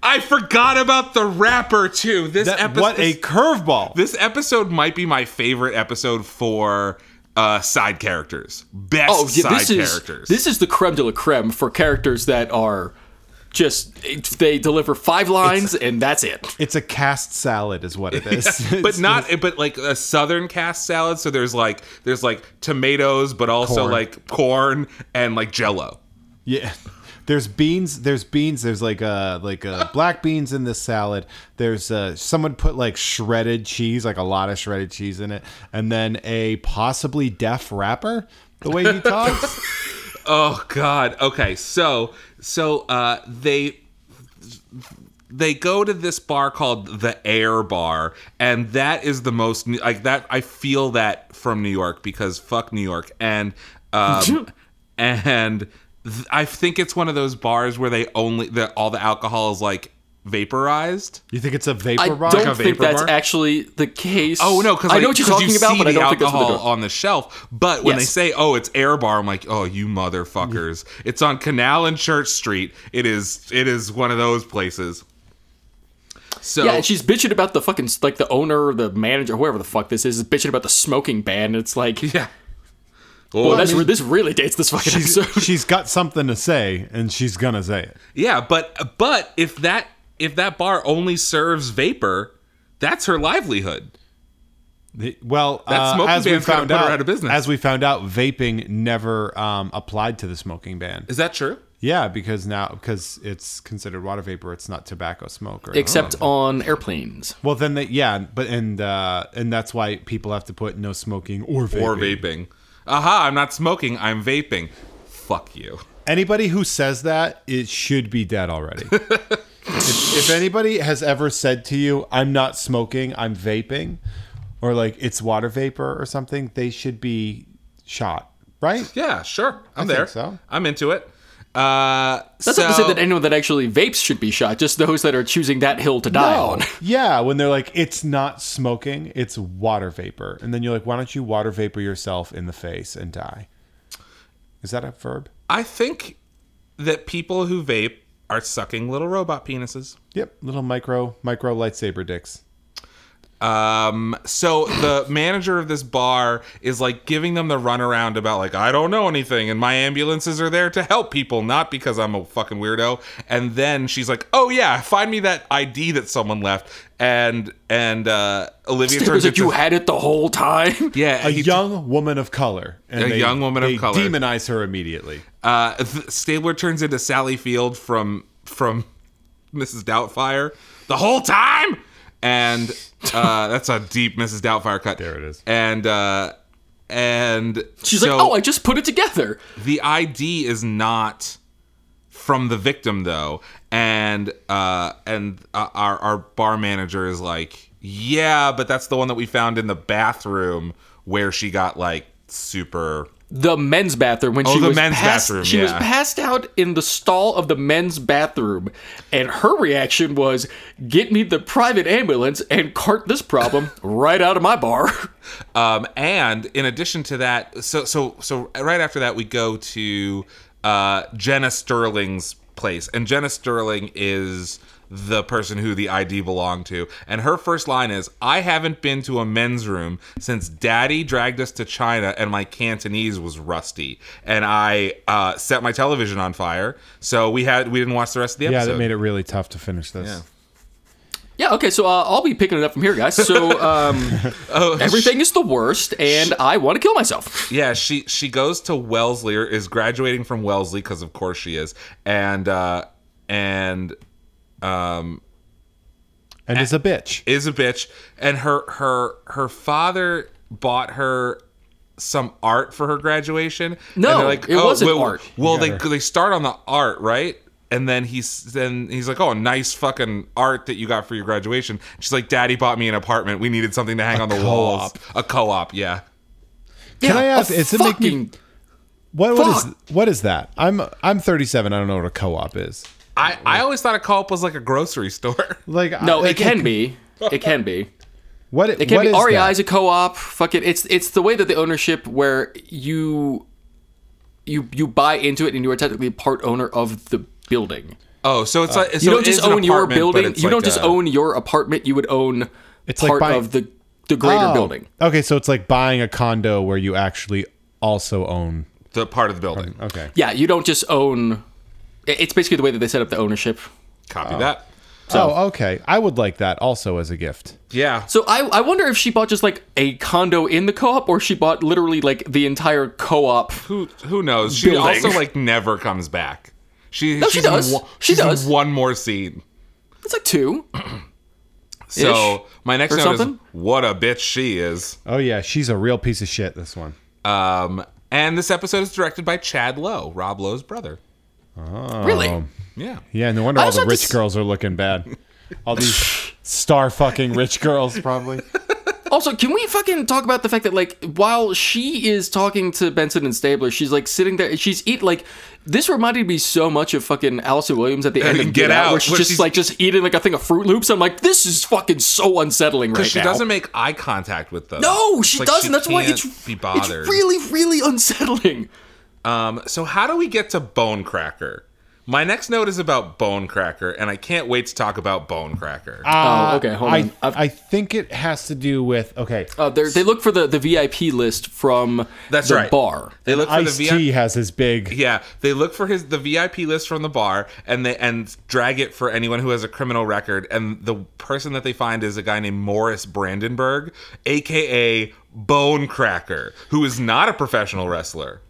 I forgot about the rapper too. This That- episode, what a curveball! this episode might be my favorite episode for uh, side characters. Best Oh yeah, side this is characters. this is the creme de la creme for characters that are just they deliver five lines and that's it. It's a cast salad, is what it is. but not but like a southern cast salad so there's like there's like tomatoes but also Corn. like corn and like jello Yeah. There's beans. There's beans. There's like uh like uh black beans in this salad. There's uh someone put like shredded cheese, like a lot of shredded cheese in it, and then a possibly deaf rapper. The way he talks. oh god okay so so uh they they go to this bar called the air bar and that is the most like that i feel that from new york because fuck new york and um and th- i think it's one of those bars where they only that all the alcohol is like vaporized you think it's a I vapor bar? don't a think vapor that's bar? actually the case. Oh no, because I know what you're talking you about, see but I the don't think that's what alcohol they're doing. on the shelf. But when Yes. they say, "Oh, it's Air Bar," I'm like, "Oh, you motherfuckers!" It's on Canal and Church Street. It is. It is one of those places. So Yeah, and she's bitching about the fucking like the owner, the manager, whoever the fuck this is, is bitching about the smoking ban. It's like, yeah. well, Well, that's re- this really dates this fucking She's, episode. she's got something to say, and she's gonna say it. yeah, but but if that if that bar only serves vapor, that's her livelihood. The- Well, That uh, smoking as we ban's gonna found put her out, out of business. as we found out, vaping never um, applied to the smoking ban. Is that true? Yeah, because now because it's considered water vapor, it's not tobacco smoke. Or Except Oh. on airplanes. Well, then, they, yeah, but and uh, and that's why people have to put no smoking or vaping. Or vaping? Aha! I'm not smoking. I'm vaping. Fuck you. Anybody who says that, it should be dead already. if, if anybody has ever said to you, "I'm not smoking, I'm vaping," or like it's water vapor or something, they should be shot, right? Yeah, sure. I'm think there. so. I'm into it. Uh, That's so, not to say that anyone that actually vapes should be shot. Just those that are choosing that hill to die on. yeah, when they're like, "It's not smoking, it's water vapor," and then you're like, "Why don't you water vapor yourself in the face and die?" Is that a verb? I think that people who vape are sucking little robot penises. Yep, little micro micro lightsaber dicks. Um, so the manager of this bar is like giving them the runaround about like I don't know anything, and my ambulances are there to help people, not because I'm a fucking weirdo. And then she's like, "Oh yeah, find me that ID that someone left." And and uh, Olivia It was turns like it you to had it the whole time. yeah a he- young woman of color. And A young woman of they color. Demonize her immediately. Uh, th- Stabler turns into Sally Field from from Mrs. Doubtfire the whole time, and uh, that's a deep Mrs. Doubtfire cut. There it is. And uh, and She's so like, oh, I just put it together. the ID is not from the victim though, and uh, and uh, our our bar manager is like, yeah, but that's the one that we found in the bathroom where she got like super the men's bathroom when Oh, she the was men's passed, bathroom, she was yeah. passed out in the stall of the men's bathroom and her reaction was get me the private ambulance and cart this problem right out of my bar Um, and in addition to that, so so so right after that, we go to uh, Jenna Sterling's place, and Jenna Sterling is the person who the ID belonged to, and her first line is, "I haven't been to a men's room since Daddy dragged us to China, and my Cantonese was rusty, and I uh, set my television on fire, so we had we didn't watch the rest of the Yeah, episode." that made it really tough to finish this. Yeah. yeah okay so uh, i'll be picking it up from here guys so um, Oh. everything is the worst and i want to kill myself Yeah, she she goes to Wellesley or is graduating from Wellesley because of course she is, and uh, and um, And it's a bitch. is a bitch, and her her her father bought her some art for her graduation. No, and "Oh, it wasn't well, art." Well, they they start on the art right. And then he's then he's like, "Oh, nice fucking art that you got for your graduation." She's like, "Daddy bought me an apartment. We needed something to hang on the walls. A co-op, yeah." Can I Yeah, a ask, is it make me- fucking- What, what is Fuck. what is that? I'm I'm 37. I don't know what a co-op is. I, I always thought a co-op was like a grocery store. Like no I- it can be it can be What It can what be is REI that? is a co-op. Fuck it. It's it's the way that the ownership where you you you buy into it and you are technically part owner of the building. Oh, so it's like so You it don't just is an own your apartment, but building. it's You don't like just a- own your apartment. You would own It's like part buying- of the the greater Oh. building. Okay, so it's like buying a condo where you actually also own. the part of the building. Okay. Yeah, you don't just own. it- It's basically the way that they set up the ownership. Copy that. oh, okay. I would like that also as a gift. Yeah. So I I wonder if she bought just like a condo in the co-op or she bought literally like the entire co-op. Who who knows? She Building. also like never comes back. She No, she she's does. In one, She she's in does. one more scene. It's like two. So my next Or note something? is what a bitch she is. Oh yeah, she's a real piece of shit. This one. Um, and this episode is directed by Chad Lowe, Rob Lowe's brother. Really? Um, Yeah. Yeah, no wonder I all also the have to rich s- girls are looking bad. All these star fucking rich girls, probably. Also, can we fucking talk about the fact that like while she is talking to Benson and Stabler, she's like sitting there. She's eat like this reminded me so much of fucking Allison Williams Uh, at the end of Get, Out, where she's just like just eating like a thing of Fruit Loops. I'm like, this is fucking so unsettling right Because she now. doesn't make eye contact with them. No, she Like, doesn't. That's why can't it's be bothered. It's really, really unsettling. Um, so how do we get to Bonecracker? My next note is about Bonecracker, and I can't wait to talk about Bonecracker. oh, okay, hold Uh, I on. I've- I think it has to do with okay. uh, they're- they look for the, the VIP list from That's the right. bar. They look for the Ice VIP. T has his big. Yeah, they look for his the VIP list from the bar and they and drag it for anyone who has a criminal record. And the person that they find is a guy named Morris Brandenburg, aka Bonecracker, who is not a professional wrestler.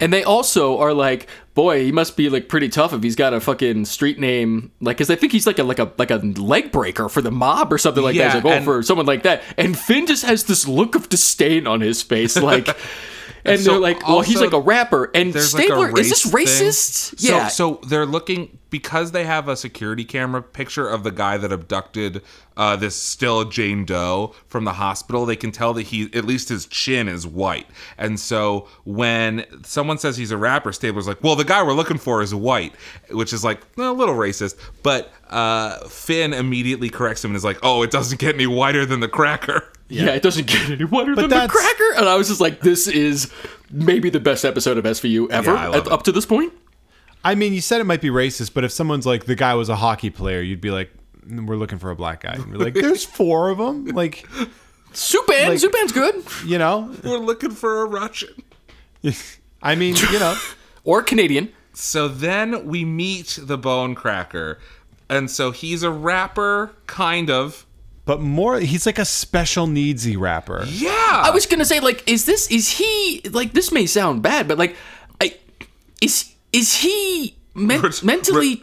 And they also are like, boy, he must be like pretty tough if he's got a fucking street name, like, because I think he's like a like a like a leg breaker for the mob or something like Yeah, that. It's like, oh, and- for someone like that. And Finn just has this look of disdain on his face, like. And so they're like, well, he's also like a rapper. And There's like Stabler, a race is this thing. racist? So- yeah. So, they're looking because they have a security camera picture of the guy that abducted uh, this still Jane Doe from the hospital. They can tell that he at least his chin is white. And so when someone says he's a rapper, Stabler's like, "Well, the guy we're looking for is white," which is like a little racist. But uh, Finn immediately corrects him and is like, "Oh, it doesn't get any whiter than the cracker." yeah, it doesn't get any whiter than the that's- cracker. And I was just like, this is maybe the best episode of SVU ever Yeah, I love up- up it. to this point. I mean, you said it might be racist, but if someone's like the guy was a hockey player, you'd be like, "Mm, we're looking for a black guy. And we're like, there's four of them. Like, Zupan, Like- Zupan's good. you know, We're looking for a Russian. I mean, you know, Or Canadian. So then we meet the Bone Cracker, and so he's a rapper, kind of. but more. He's like a special needsy rapper. Yeah, I was gonna say, like, is this is he like this may sound bad, but like, I is is he men- Ret- mentally re-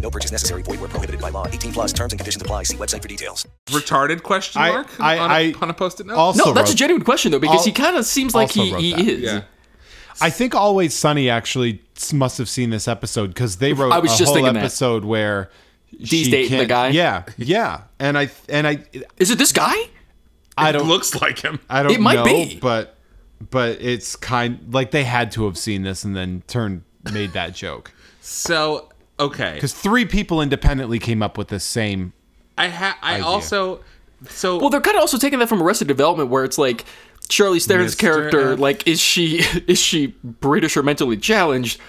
No purchase necessary. Void were prohibited by law. 18 plus terms and conditions apply. See website for details. Retarded question I- mark I- on, a- I- on a post-it note. Also, no, that's a wrote- genuine question though, because Al- he kind of seems like also he, wrote he that. is. yeah. I think Always Sunny actually s- must have seen this episode because they wrote I was a just whole thinking that. episode where D's she dating the can't- guy? Yeah, yeah, and I and I Is it this guy? I It don't looks like him. I don't It might know, be. but but it's kind like they had to have seen this and then turned made that joke So okay, because three people independently came up with the same. I ha- I also so Well, they're kind of also taking that from Arrested Development, where it's like Charlize Theron's Mr. character, F. like is she is she British or mentally challenged?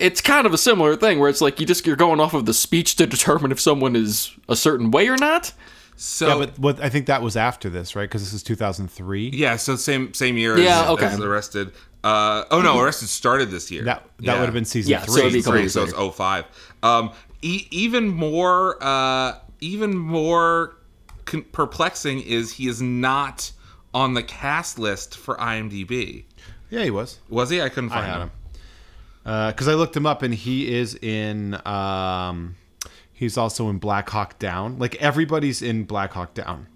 It's kind of a similar thing where it's like you just you're going off of the speech to determine if someone is a certain way or not. so Yeah, but what I think that was after this, right? Because this is 2003. Yeah, so same same year Yeah, as, okay. as Arrested. Uh, oh no, Arrested started this year. That that would have been season Yeah, so three. it'd be season three, years so it's 05. Um, e- even more uh, even more con- perplexing is he is not on the cast list for IMDb. yeah, he was. Was he? I couldn't I find had him. him because I looked him up, and he is in. Um, he's also in Black Hawk Down. Like everybody's in Black Hawk Down.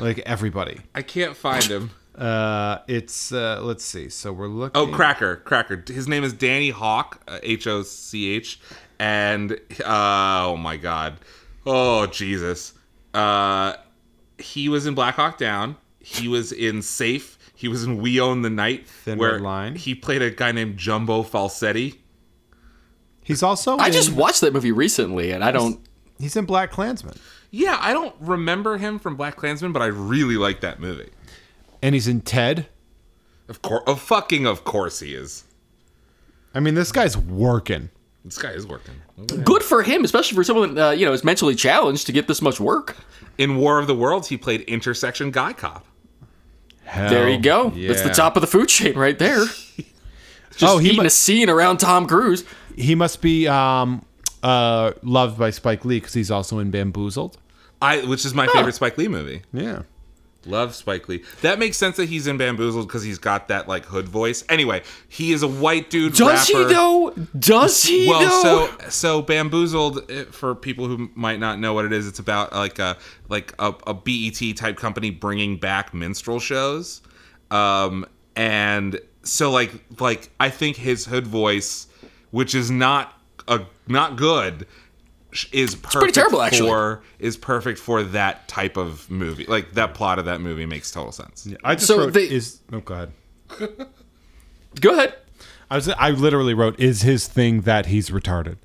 like everybody. I can't find him. Uh, it's uh, let's see. So we're looking. Oh, Cracker, Cracker. His name is Danny Hawk, uh, H O C H, and uh, oh my God, oh Jesus. Uh, he was in Black Hawk Down. He was in Safe. He was in We Own the Night, Thin where Red Line. he played a guy named Jumbo Falsetti. He's also. I in- just watched that movie recently, and I don't. He's in Black Klansman, Yeah, I don't remember him from Black Klansman, but I really like that movie. and he's in Ted. Of course, oh, fucking, of course he is. I mean, this guy's working. This guy is working. Good for him, especially for someone that, uh, you know is mentally challenged to get this much work. In War of the Worlds, he played intersection guy cop. Hell There you go. That's the yeah. top of the food chain right there. Just Oh, he eating mu- a scene around Tom Cruise. He must be um, uh, loved by Spike Lee because he's also in Bamboozled. I, which is my favorite Spike Lee movie. Yeah. Love Spike Lee. That makes sense that he's in Bamboozled because he's got that like hood voice. Anyway, he is a white dude. Does rapper. he though? Does he Well, though? so so Bamboozled eh, for people who might not know what it is, it's about like a like a, a BET type company bringing back minstrel shows, um, and so like like I think his hood voice, which is not a not good. sh- Is perfect terrible, actually. for is perfect for that type of movie. Like that plot of that movie makes total sense. I just So wrote they- is oh god. Go ahead. I was I literally wrote is his thing that he's retarded.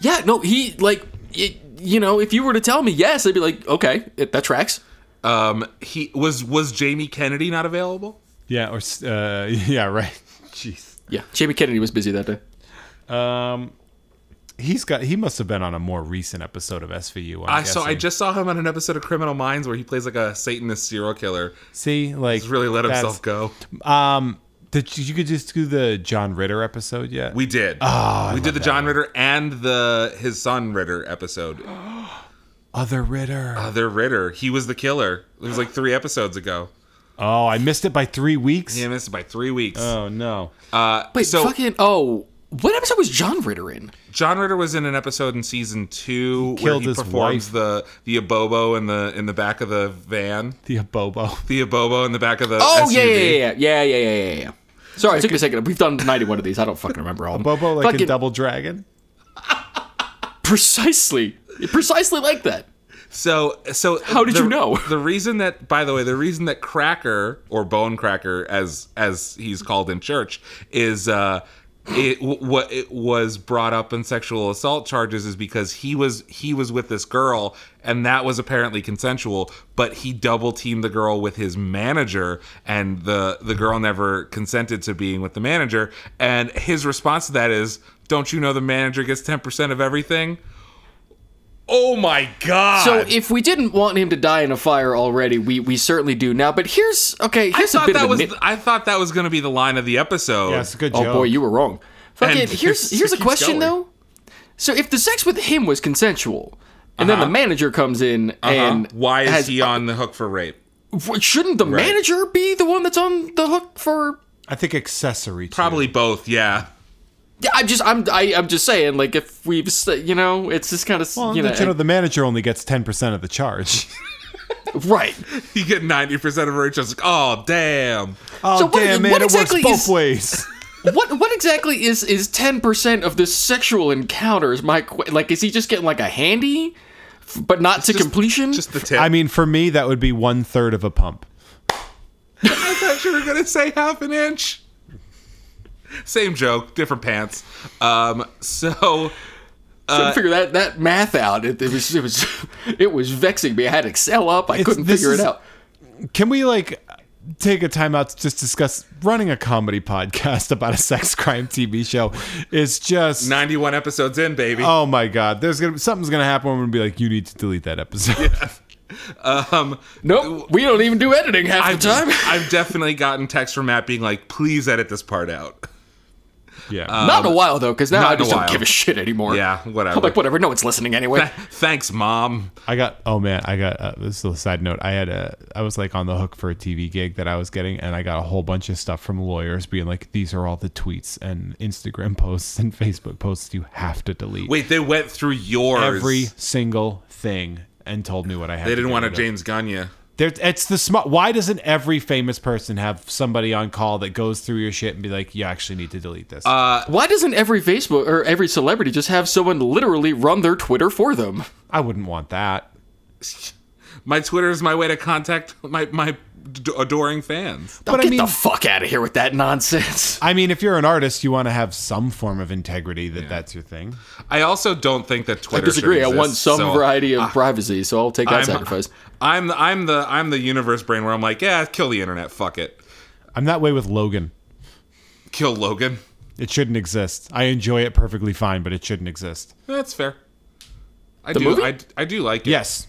Yeah, no, he like y you know, if you were to tell me yes, I'd be like, okay, it, that tracks. Um, he was was Jamie Kennedy not available? Yeah, or s- uh, yeah, right. Jeez. Yeah, Jamie Kennedy was busy that day. Um, he's got he must have been on a more recent episode of SVU. I'm I so I guessing. just saw him on an episode of Criminal Minds where he plays like a Satanist serial killer. see like He's really let that's- himself go. Um, did you, you could just do the John Ritter episode yet? We did. we did the John Ritter and the his son Ritter episode. other Ritter. Other Ritter, he was the killer. It was like three episodes ago. oh, I missed it by three weeks. He missed it by three weeks. Oh no. Wait, So- fucking oh, what episode was John Ritter in? John Ritter was in an episode in season two where killed he his performs wife. the the abobo in the in the back of the van. the Abobo. The abobo in the back of the Oh yeah, SUV. yeah, yeah, yeah, yeah, yeah, yeah, yeah, yeah. Sorry, it took me a second. We've done ninety-one of these. I don't fucking remember all. of them. Bobo like Fucking- in Double Dragon. precisely. Precisely like that. So, so How did the- you know? The reason that, by the way, the reason that Cracker or Bone Cracker, as as he's called in church, is uh, it what it was brought up in sexual assault charges is because he was he was with this girl and that was apparently consensual, but he double teamed the girl with his manager and the the girl never consented to being with the manager. And his response to that is, "Don't you know the manager gets ten percent of everything?" Oh my god! So if we didn't want him to die in a fire already, we we certainly do now. But here's okay. I Here's a thought bit of that a was nit- I thought that was going to be the line of the episode. Yeah, it's a good oh joke. boy, you were wrong. Fucking And here's it here's a keeps question going. though. So if the sex with him was consensual, and then the manager comes in and and Uh-huh. why is Oh. has- he on the hook for rape? Shouldn't the manager be the one that's on the hook for? I think accessory. to Probably both. Yeah. Yeah, I'm just I'm I, I'm just saying like if we've st- you know it's just kind of Well, you know, the, you know, the manager only gets ten percent of the charge. right. You get ninety percent of her interest. Like, oh damn! Oh So what- damn what man, exactly it works is- both ways. what what exactly is is ten percent of this sexual encounter? Is my que- like is he just getting like a handy, f- but not to Just- completion? Just the tip. I mean, for me, that would be one third of a pump. I thought you were gonna say half an inch. Same joke, different pants. Um, so uh, couldn't figure that that math out. It, it was it was it was vexing me. I had Excel up. I It's- couldn't this figure is- it out. Can we like take a time out to just discuss running a comedy podcast about a sex crime TV show? Is just ninety-one episodes in, baby. oh my god. There's gonna something's gonna happen. We're gonna be like, you need to delete that episode. Um, Nope, we don't even do editing half I've, the time. I've definitely gotten texts from Matt being like, "Please edit this part out." yeah. not in a while though, because now um, not I in a just don't while. give a shit anymore. Yeah, whatever. I'm like whatever. No one's listening anyway. Thanks, mom. I got oh man, I got uh, this is a side note. I had a I was like on the hook for a TV gig that I was getting, and I got a whole bunch of stuff from lawyers being like, "These are all the tweets and Instagram posts and Facebook posts you have to delete." Wait, they went through yours. every single thing and told me what I had. they didn't get want to rid of. James Gunn you. There, it's the smart. Why doesn't every famous person have somebody on call that goes through your shit and be like, "You actually need to delete this"? Uh, Why doesn't every Facebook or every celebrity just have someone literally run their Twitter for them? I wouldn't want that. My Twitter is my way to contact my my d- adoring fans. But But I get mean- the fuck out of here with that nonsense. I mean, if you're an artist, you want to have some form of integrity that that's your thing. I also don't think that Twitter. I disagree. should I Exist, want some so variety of privacy, so I'll take that I'm, sacrifice. I'm I'm the I'm the universe brain where I'm like, yeah, kill the internet, fuck it, I'm that way with Logan. kill Logan. It shouldn't exist. I enjoy it perfectly fine, but it shouldn't exist. That's fair. I The do movie? I, I do like it. Yes.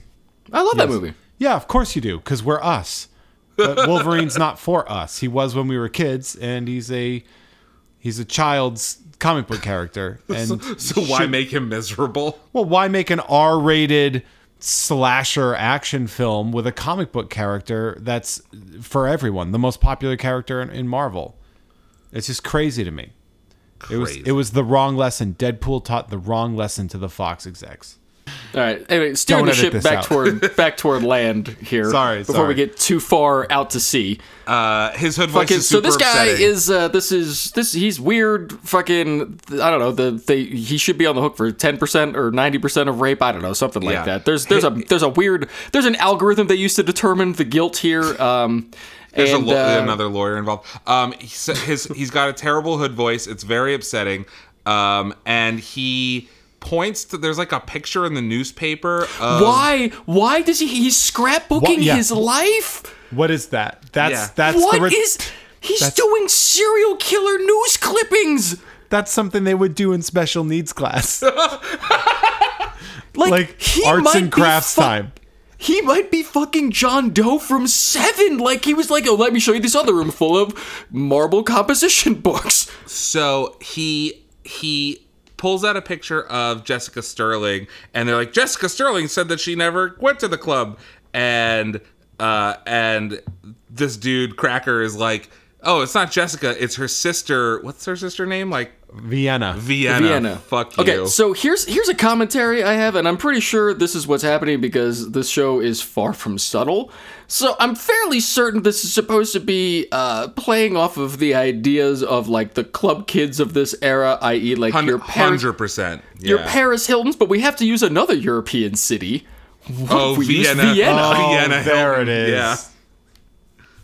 I love that movie. Yeah, of course you do, because we're us. But Wolverine's not for us. He was when we were kids, and he's a he's a child's comic book character. And So why make him miserable? well, why make an R-rated slasher action film with a comic book character that's for everyone, the most popular character in, in Marvel? It's just crazy to me. It was Crazy. it was the wrong lesson. Deadpool taught the wrong lesson to the Fox execs. All right. Anyway, steering Don't the edit ship this back out. toward back toward land here. Sorry, before we sorry. get too far out to sea. Uh, his hood voice Fucking, is so super this guy upsetting. is uh, this is this he's weird. Fucking I don't know. The they he should be on the hook for ten percent or ninety percent of rape. I don't know something like Yeah. that. There's there's a there's a weird there's an algorithm they used to determine the guilt here. Um, There's and, a lo- uh, another lawyer involved. Um, he sa- his he's got a terrible hood voice. It's very upsetting. Um, and he points to there's like a picture in the newspaper. Of, Why? Why does he? He's scrapbooking What- yeah. his life. What is that? That's Yeah. that's What is? the re- he's doing serial killer news clippings? That's something they would do in special needs class. Like, like he arts might and be crafts fuck- time. He might be fucking John Doe from Seven. Like he was like, oh, let me show you this other room full of marble composition books. So he he pulls out a picture of Jessica Sterling, and they're like, Jessica Sterling said that she never went to the club, and uh, and this dude Cracker is like. Oh, it's not Jessica. It's her sister. What's her sister name? Like Vienna. Vienna. Vienna. Fuck you. okay, so here's here's a commentary I have, and I'm pretty sure this is what's happening because this show is far from subtle. So I'm fairly certain this is supposed to be uh, playing off of the ideas of like the club kids of this era, i.e., like your parents, hundred percent. Yeah. your Paris Hiltons, but we have to use another European city. What Oh, if we use Vienna. Vienna. Oh, Oh, Vienna there it Hilton. is. Yeah.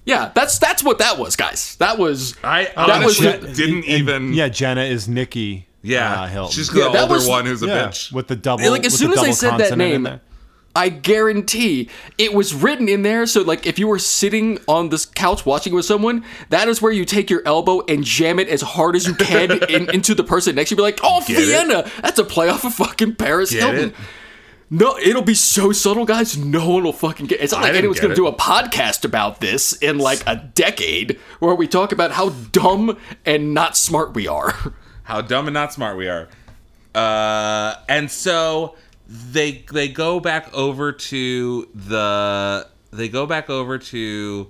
Yeah, that's that's what that was, guys. That was I that was honestly the- didn't And- even. Yeah, Jenna is Nikki. uh, Hilton. she's the Yeah, that older was- one who's a yeah, bitch. with the double. like as with soon the as I double said that consonant in name, there. I guarantee it was written in there. So like, if you were sitting on this couch watching it with someone, that is where you take your elbow and jam it as hard as you can in, into the person next. to You be like, "Oh, Get it? Vienna, that's a playoff of fucking Paris Get Hilton." it? No, it'll be so subtle, guys. No one will fucking get. It's not I like didn't anyone's get gonna it. do a podcast about this in like a decade, where we talk about how dumb and not smart we are. How dumb and not smart we are. Uh, and so they they go back over to the they go back over to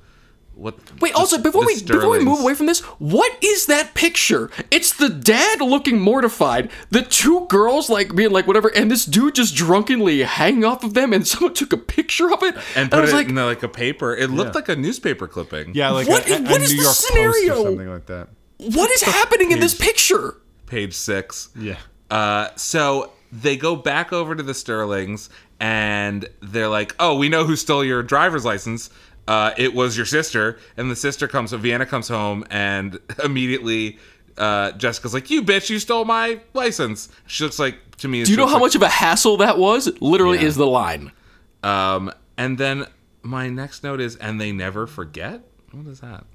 what? Wait, also the- before the we before we move Sterlings. away from this, what is that picture? It's the dad looking mortified, the two girls like being like whatever, and this dude just drunkenly hanging off of them, and someone took a picture of it, and put I was it like, in like a paper. It looked like a newspaper clipping. Yeah, like What a, is- a, what a is New the York Post scenario? or something like that. what is happening in this picture? page six. Yeah. Uh, so they go back over to the Sterlings and they're like, "Oh, we know who stole your driver's license. Uh, it was your sister." And the sister comes, so Vienna comes home, and immediately uh, Jessica's like, "You bitch, you stole my license." She looks like to me. Do you know how much of a hassle that was? Literally, is the line. Um, and then my next note is, "And they never forget." What is that?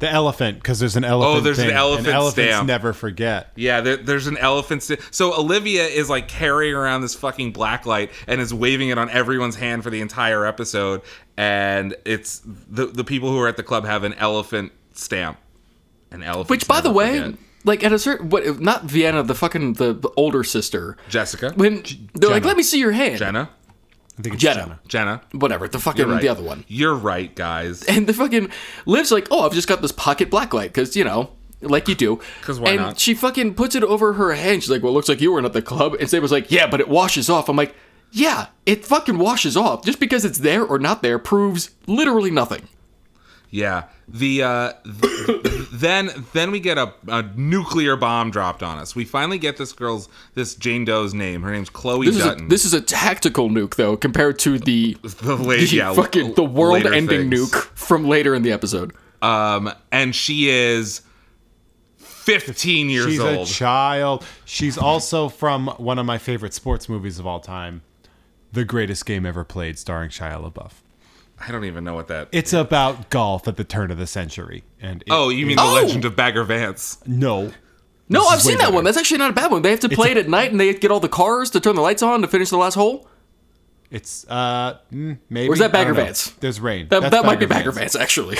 The elephant, because there's an elephant. Oh, there's an thing, and elephant elephants stamp. never forget. Yeah, there, there's an elephant. St- so Olivia is like carrying around this fucking black light and is waving it on everyone's hand for the entire episode. And it's the the people who are at the club have an elephant stamp. An elephant. Which, by the way, like at a certain, what, not Vienna, the fucking the, the older sister, Jessica, when they're like, Jenna. "Let me see your hand," Jenna, I think it's Jenna. Jenna. Jenna, whatever the fucking You're right. the other one. You're right, guys. and the fucking Liv's like, oh, I've just got this pocket blacklight because you know, like you do. 'Cause why and not? she fucking puts it over her hand. She's like, well, it looks like you weren't at the club. And Sabre's like, yeah, but it washes off. I'm like, yeah, it fucking washes off. Just because it's there or not there proves literally nothing. Yeah. The uh, th- then then we get a, a nuclear bomb dropped on us. We finally get this girl's this Jane Doe's name. Her name's Chloe This is a, Dutton. this is a tactical nuke though, compared to the the lady, the yeah, fucking the later world-ending things. nuke from later in the episode. um, and she is 15 years She's old. a child. She's also from one of my favorite sports movies of all time, The Greatest Game Ever Played, starring Shia LaBeouf. I don't even know what that. It's about golf at the turn of the century, and it, oh, you mean Oh! the Legend of Bagger Vance? no, No, This I've is seen way that better. one. That's actually not a bad one. They have to play it at night, and they get all the cars to turn the lights on to finish the last hole. it's uh mm, maybe. Or is that I don't Bagger know. Vance? There's rain. That, That's that might be Bagger Bagger Vance, actually.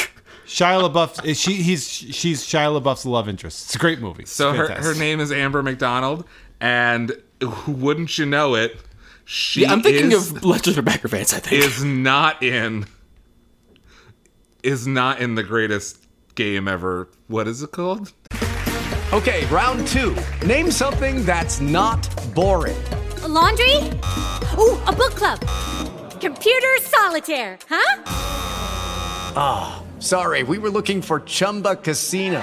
Shia LaBeouf. Is she he's she's Shia LaBeouf's love interest. It's a great movie. It's So her, her fantastic. name is Amber McDonald, and wouldn't you know it, she Yeah, I'm thinking is, of Legend of Bagger Vance. I think. is not in is not in the greatest game ever. What is it called? Okay, round two. Name something that's not boring. laundry? Ooh, a book club. Computer solitaire, huh? Sorry, we were looking for Chumba Casino.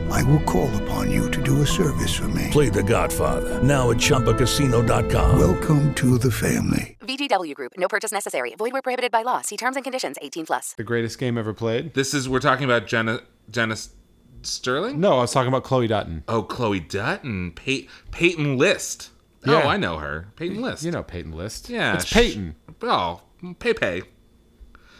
I will call upon you to do a service for me. Play The Godfather now at ChumbaCasino.com. Welcome to the family. VGW Group. No purchase necessary. Void where prohibited by law. See terms and conditions. 18 plus. The greatest game ever played. This is we're talking about Jenna Jenna S- Sterling. No, I was talking about Chloe Dutton. Oh, Chloe Dutton, Pey- Peyton List. Oh, I know her. Peyton List. You know Peyton List. Yeah. It's sh- Peyton. Oh, Pepe.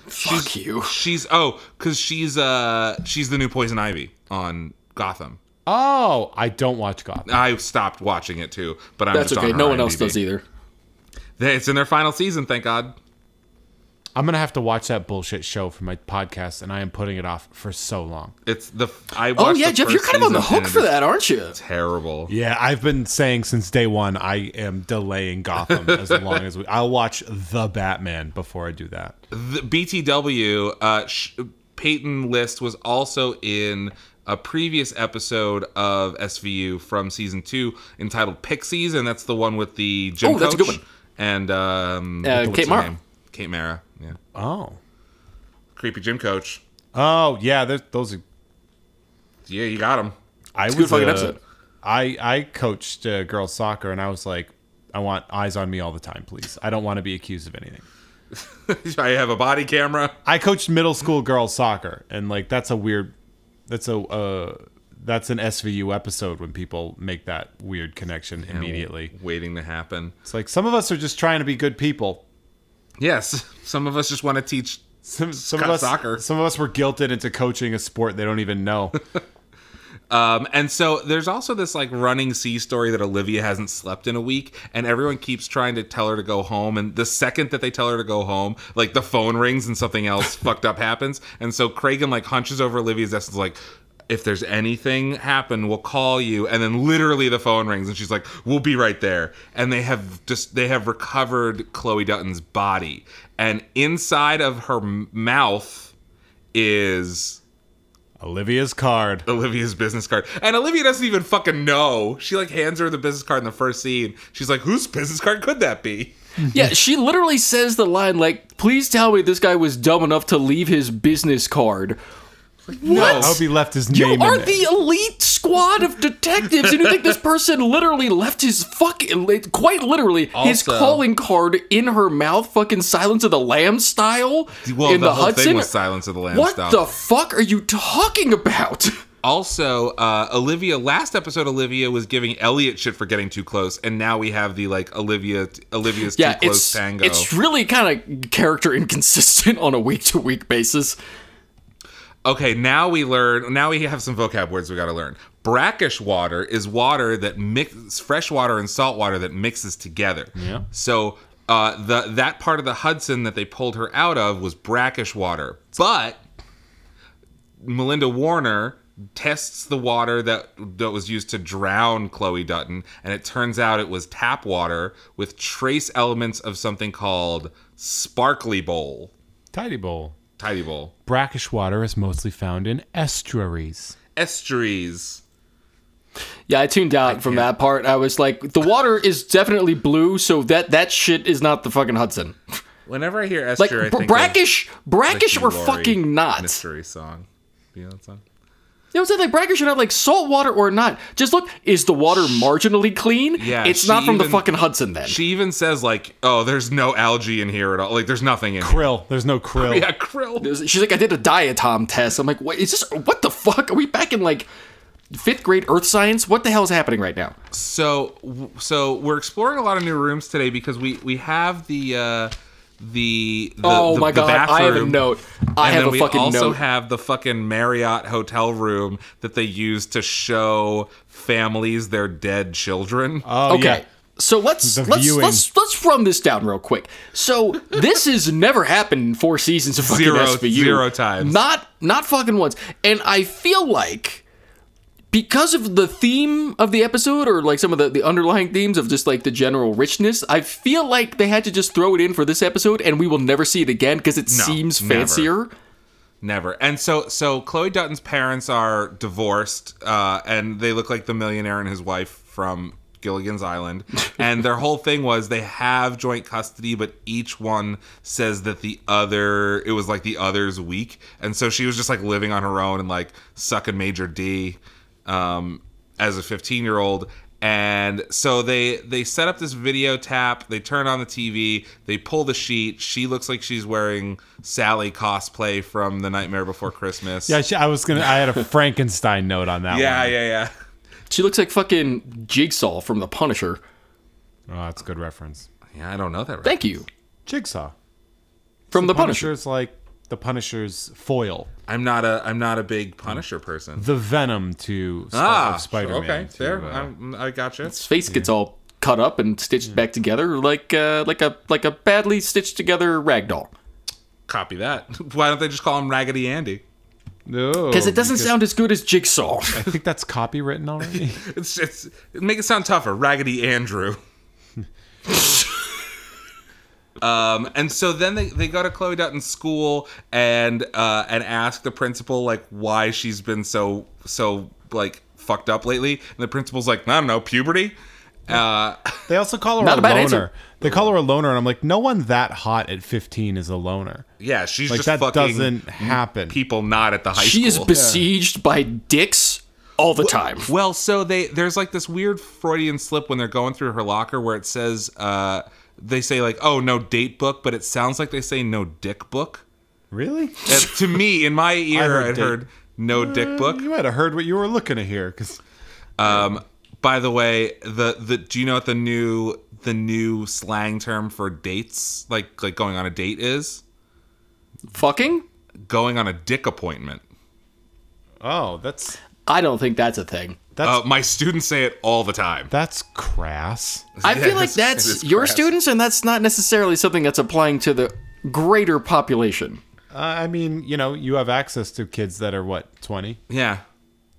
Fuck she's, you. She's oh, cause she's uh she's the new Poison Ivy on Gotham. Oh, I don't watch Gotham. I stopped watching it too, but I'm That's just okay. On her No one else IMDb. does either. They- It's in their final season, thank God. I'm gonna have to watch that bullshit show for my podcast, and I am putting it off for so long. It's the I. Oh, watched yeah, the Jeff, you're first kind of on the season hook and it for is that, aren't you? Terrible. Yeah, I've been saying since day one I am delaying Gotham as long as we. I'll watch the Batman before I do that. the BTW, uh, sh- Peyton List was also in a previous episode of SVU from season two entitled Pixies, and that's the one with the gym Oh, that's a coach good one. and um, Uh, what's Kate her Mara. name? Kate Mara, yeah, Oh, creepy gym coach. oh yeah, there's- those are. Yeah, you got him. I It's a was good fucking uh, episode. I I coached uh, girls soccer, and I was like, I want eyes on me all the time, please. I don't want to be accused of anything. I have a body camera. I coached middle school girls soccer, and like that's a weird, that's a uh, that's an SVU episode when people make that weird connection immediately. waiting to happen. It's like some of us are just trying to be good people. Yes, some of us just want to teach Some some Scott of us soccer. some of us were guilted into coaching a sport they don't even know. Um, and so there's also this like running sea story that Olivia hasn't slept in a week, and everyone keeps trying to tell her to go home. And the second that they tell her to go home, like the phone rings and something else fucked up happens. And so Kragan like hunches over Olivia's desk and is like, if there's anything happen, we'll call you. And then literally the phone rings and she's like, we'll be right there. And they have just, they have recovered Chloe Dutton's body. And inside of her m- mouth is Olivia's card. Olivia's business card. And Olivia doesn't even fucking know. She like hands her the business card in the first scene. She's like, whose business card could that be? Yeah, she literally says the line like, "Please tell me this guy was dumb enough to leave his business card." I hope he left his You name are in there. the elite squad of detectives, and you think this person literally left his fucking quite literally his Also- calling card in her mouth, fucking Silence of the Lambs style Well, in the, the, whole Hudson. thing was Silence of the Lambs what style. the fuck are you talking about? also, uh, Olivia, last episode, Olivia was giving Elliot shit for getting too close, and now we have the like Olivia, Olivia's yeah, too close it's tango. it's really kind of character inconsistent on a week to week basis. Okay, now we learn. Now we have some vocab words we got to learn. Brackish water is water that mix fresh water and salt water that mixes together. Yeah. So uh, the that part of the Hudson that they pulled her out of was brackish water, but Melinda Warner tests the water that that was used to drown Chloe Dutton, and it turns out it was tap water with trace elements of something called sparkly bowl, Tidy bowl. tidy bowl, Brackish water is mostly found in estuaries. estuaries. Yeah, I tuned out from that part. I was like, the water is definitely blue, so that that shit is not the fucking Hudson. Whenever I hear Like Esther, I br- think brackish, of brackish Ricky or Lowry fucking not. mystery song. You know that song? You know what I'm saying? Like brackish or not, like salt water or not. Just look, is the water marginally clean? Yeah, it's she not from the even- fucking Hudson then. She even says like, "Oh, there's no algae in here at all. Like, there's nothing in here." Krill. There's no krill. Oh, Yeah, krill. There's- She's like, I did a diatom test. I'm like, what is this? What the fuck? Are we back in like fifth grade earth science? What the hell is happening right now? So, so we're exploring a lot of new rooms today because we we have the uh, the, the Oh the- my the God, I have a bathroom. note. I and have then a we fucking also note. have the fucking Marriott hotel room that they use to show families their dead children. Oh okay. yeah. So let's The let's, viewing. let's let's run this down real quick. So this has never happened in four seasons of fucking Zero- SVU. zero times. Not not fucking once. And I feel like because of the theme of the episode or like some of the, the underlying themes of just like the general richness, I feel like they had to just throw it in for this episode and we will never see it again because it No, seems never. fancier. Never. And so so Chloe Dutton's parents are divorced, uh, and they look like the millionaire and his wife from Gilligan's Island. and their whole thing was they have joint custody, but each one says that the other it was like the other's weak. And so she was just like living on her own and like sucking major D um, as a 15 year old and so they they set up this video tap they turn on the tv they pull the sheet she looks like she's wearing sally cosplay from the nightmare before christmas Yeah, she, I was gonna. I had a Frankenstein note on that yeah one. yeah yeah She looks like fucking Jigsaw from The Punisher. Oh, that's a good reference. Yeah, I don't know that. Reference. Thank you. Jigsaw. From The Punisher's like the Punisher's foil. I'm not a I'm not a big Punisher person. The venom to Sp- ah, of Spider-Man. Okay, to, there. uh, I'm, I gotcha. His face gets all cut up and stitched back together like uh, like a like a badly stitched together ragdoll. Copy that. Why don't they just call him Raggedy Andy? No, Because it doesn't sound as good as Jigsaw. I think that's copywritten already. It's it's make it sound tougher. Raggedy Andrew. um, and so then they, they go to Chloe Dutton's school and uh, and ask the principal like why she's been so so like fucked up lately. And the principal's like, I don't know, puberty. Uh, they also call her Not a a bad loner. answer. They call her a loner, and I'm like, no one that hot at 15 is a loner. yeah, she's Like, just that fucking doesn't happen. People not at the high She school. is besieged by dicks all the time. Well, so they there's like this weird Freudian slip when they're going through her locker where it says uh, they say like oh no date book, but it sounds like they say no dick book. Really? Uh, to me, in my ear, I heard heard, date. no dick book. You might have heard what you were looking to hear. Because Um, by the way, the the do you know what the new the new slang term for dates like like going on a date is? Fucking going on a dick appointment. oh, that's I don't think that's a thing. uh, my students say it all the time. That's crass. I feel like that's your students, and that's not necessarily something that's applying to the greater population. Uh, I mean, you know, you have access to kids that are what 20. Yeah.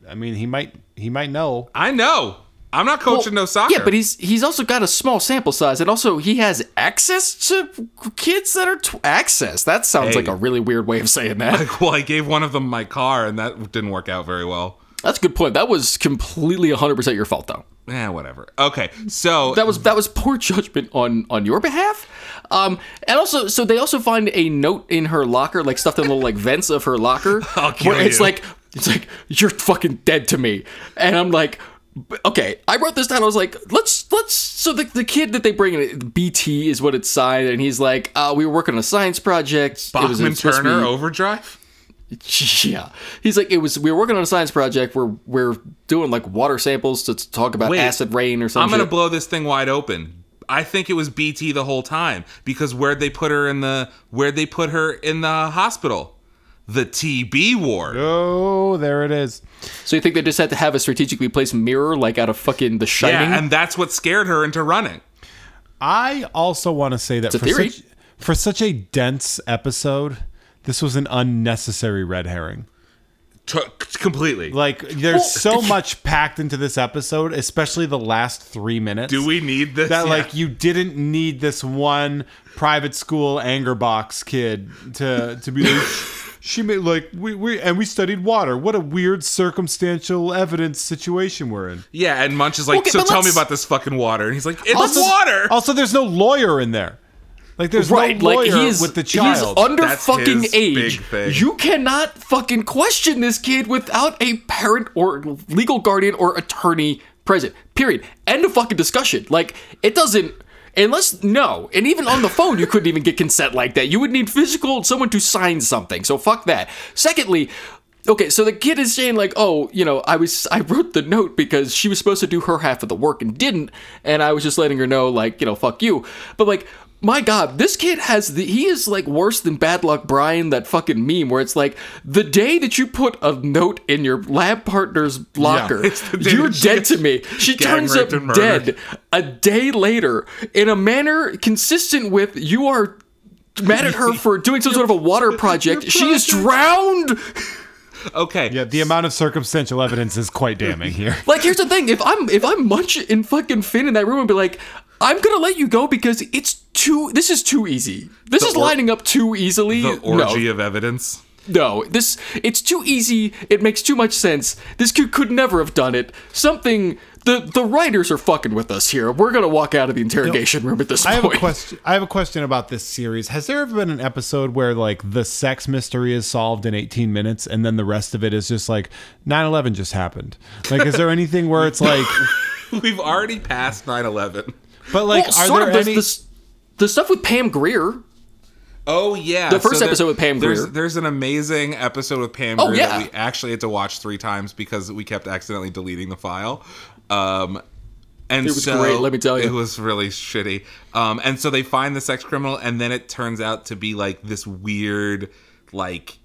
I mean, he might he might know. I know. I'm not coaching no soccer. Yeah, but he's he's also got a small sample size, and also he has access to kids that are tw- access. That sounds Hey. like a really weird way of saying that. well, I gave one of them my car, and that didn't work out very well. That's a good point. That was completely 100% your fault, though. Yeah, Eh, whatever. Okay, so That was that was poor judgment on on your behalf. Um, and also, so they also find a note in her locker, like stuffed in little like vents of her locker, I'll kill where it's you. like it's like you're fucking dead to me, and I'm like. b- Okay, I wrote this down. I was like, let's let's. So the, the kid that they bring in, BT is what it's signed, and he's like, uh, we were working on a science project. It was- it Bachman was supposed to Turner be- Overdrive. yeah, he's like, it was. We were working on a science project where we're doing like water samples to, to talk about Wait, acid rain or something. I'm gonna blow this thing wide open. I think it was BT the whole time because where'd they put her in the where'd they put her in the hospital? The TB ward. Oh, there it is. So you think they just had to have a strategically placed mirror, like out of fucking The Shining? Yeah, and that's what scared her into running. I also want to say that It's a for theory. such, for such a dense episode, this was an unnecessary red herring. T- completely. Like there's so much packed into this episode, especially the last 3 minutes. Do we need this? that Yeah. like you didn't need this one private school anger box kid to to be like she made like we, we and we studied water. What a weird circumstantial evidence situation we're in. yeah, and Munch is like, Okay, so but tell me let's- about this fucking water, and he's like, it's water. Also, there's no lawyer in there. Like there's right, no lawyer like he's with the He's child. under That's fucking his age. big thing. You cannot fucking question this kid without a parent or legal guardian or attorney present. Period. End of fucking discussion. Like it doesn't. Unless no, and even on the phone you couldn't even get consent like that. You would need physical someone to sign something. So fuck that. Secondly, okay, so the kid is saying like, "Oh, you know, I was I wrote the note because she was supposed to do her half of the work and didn't, and I was just letting her know like, you know, fuck you." But like, my god, this kid has the he is like worse than bad luck Brian that fucking meme where it's like the day that you put a note in your lab partner's locker, it's the day you're that she dead to me. She gang turns up raped and murdered. dead a day later in a manner consistent with you are mad at her for doing some sort of a water project. She is drowned. Okay. yeah, the amount of circumstantial evidence is quite damning here. Like here's the thing, if I'm if I'm Munch and fucking Finn in that room and be like, I'm gonna let you go because it's too this is too easy. This The is or- lining up too easily. The orgy of evidence. No, no, this it's too easy, it makes too much sense. This kid could never have done it. Something the the writers are fucking with us here. We're gonna walk out of the interrogation room at this I have point. a question. I have a question about this series. Has there ever been an episode where like the sex mystery is solved in 18 minutes, and then the rest of it is just like 9/11 just happened? Like, is there anything where it's like, We've already passed 9/11. but like, well, are sort there of the- any? the, s- the stuff with Pam Greer. Oh yeah, The first there- episode with Pam there's, Grier. There's an amazing episode with Pam Oh, Grier yeah. that we actually had to watch three times because we kept accidentally deleting the file. Um, And It was so great, let me tell you. It was really shitty. Um, and so they find the sex criminal, and then it turns out to be like this weird, like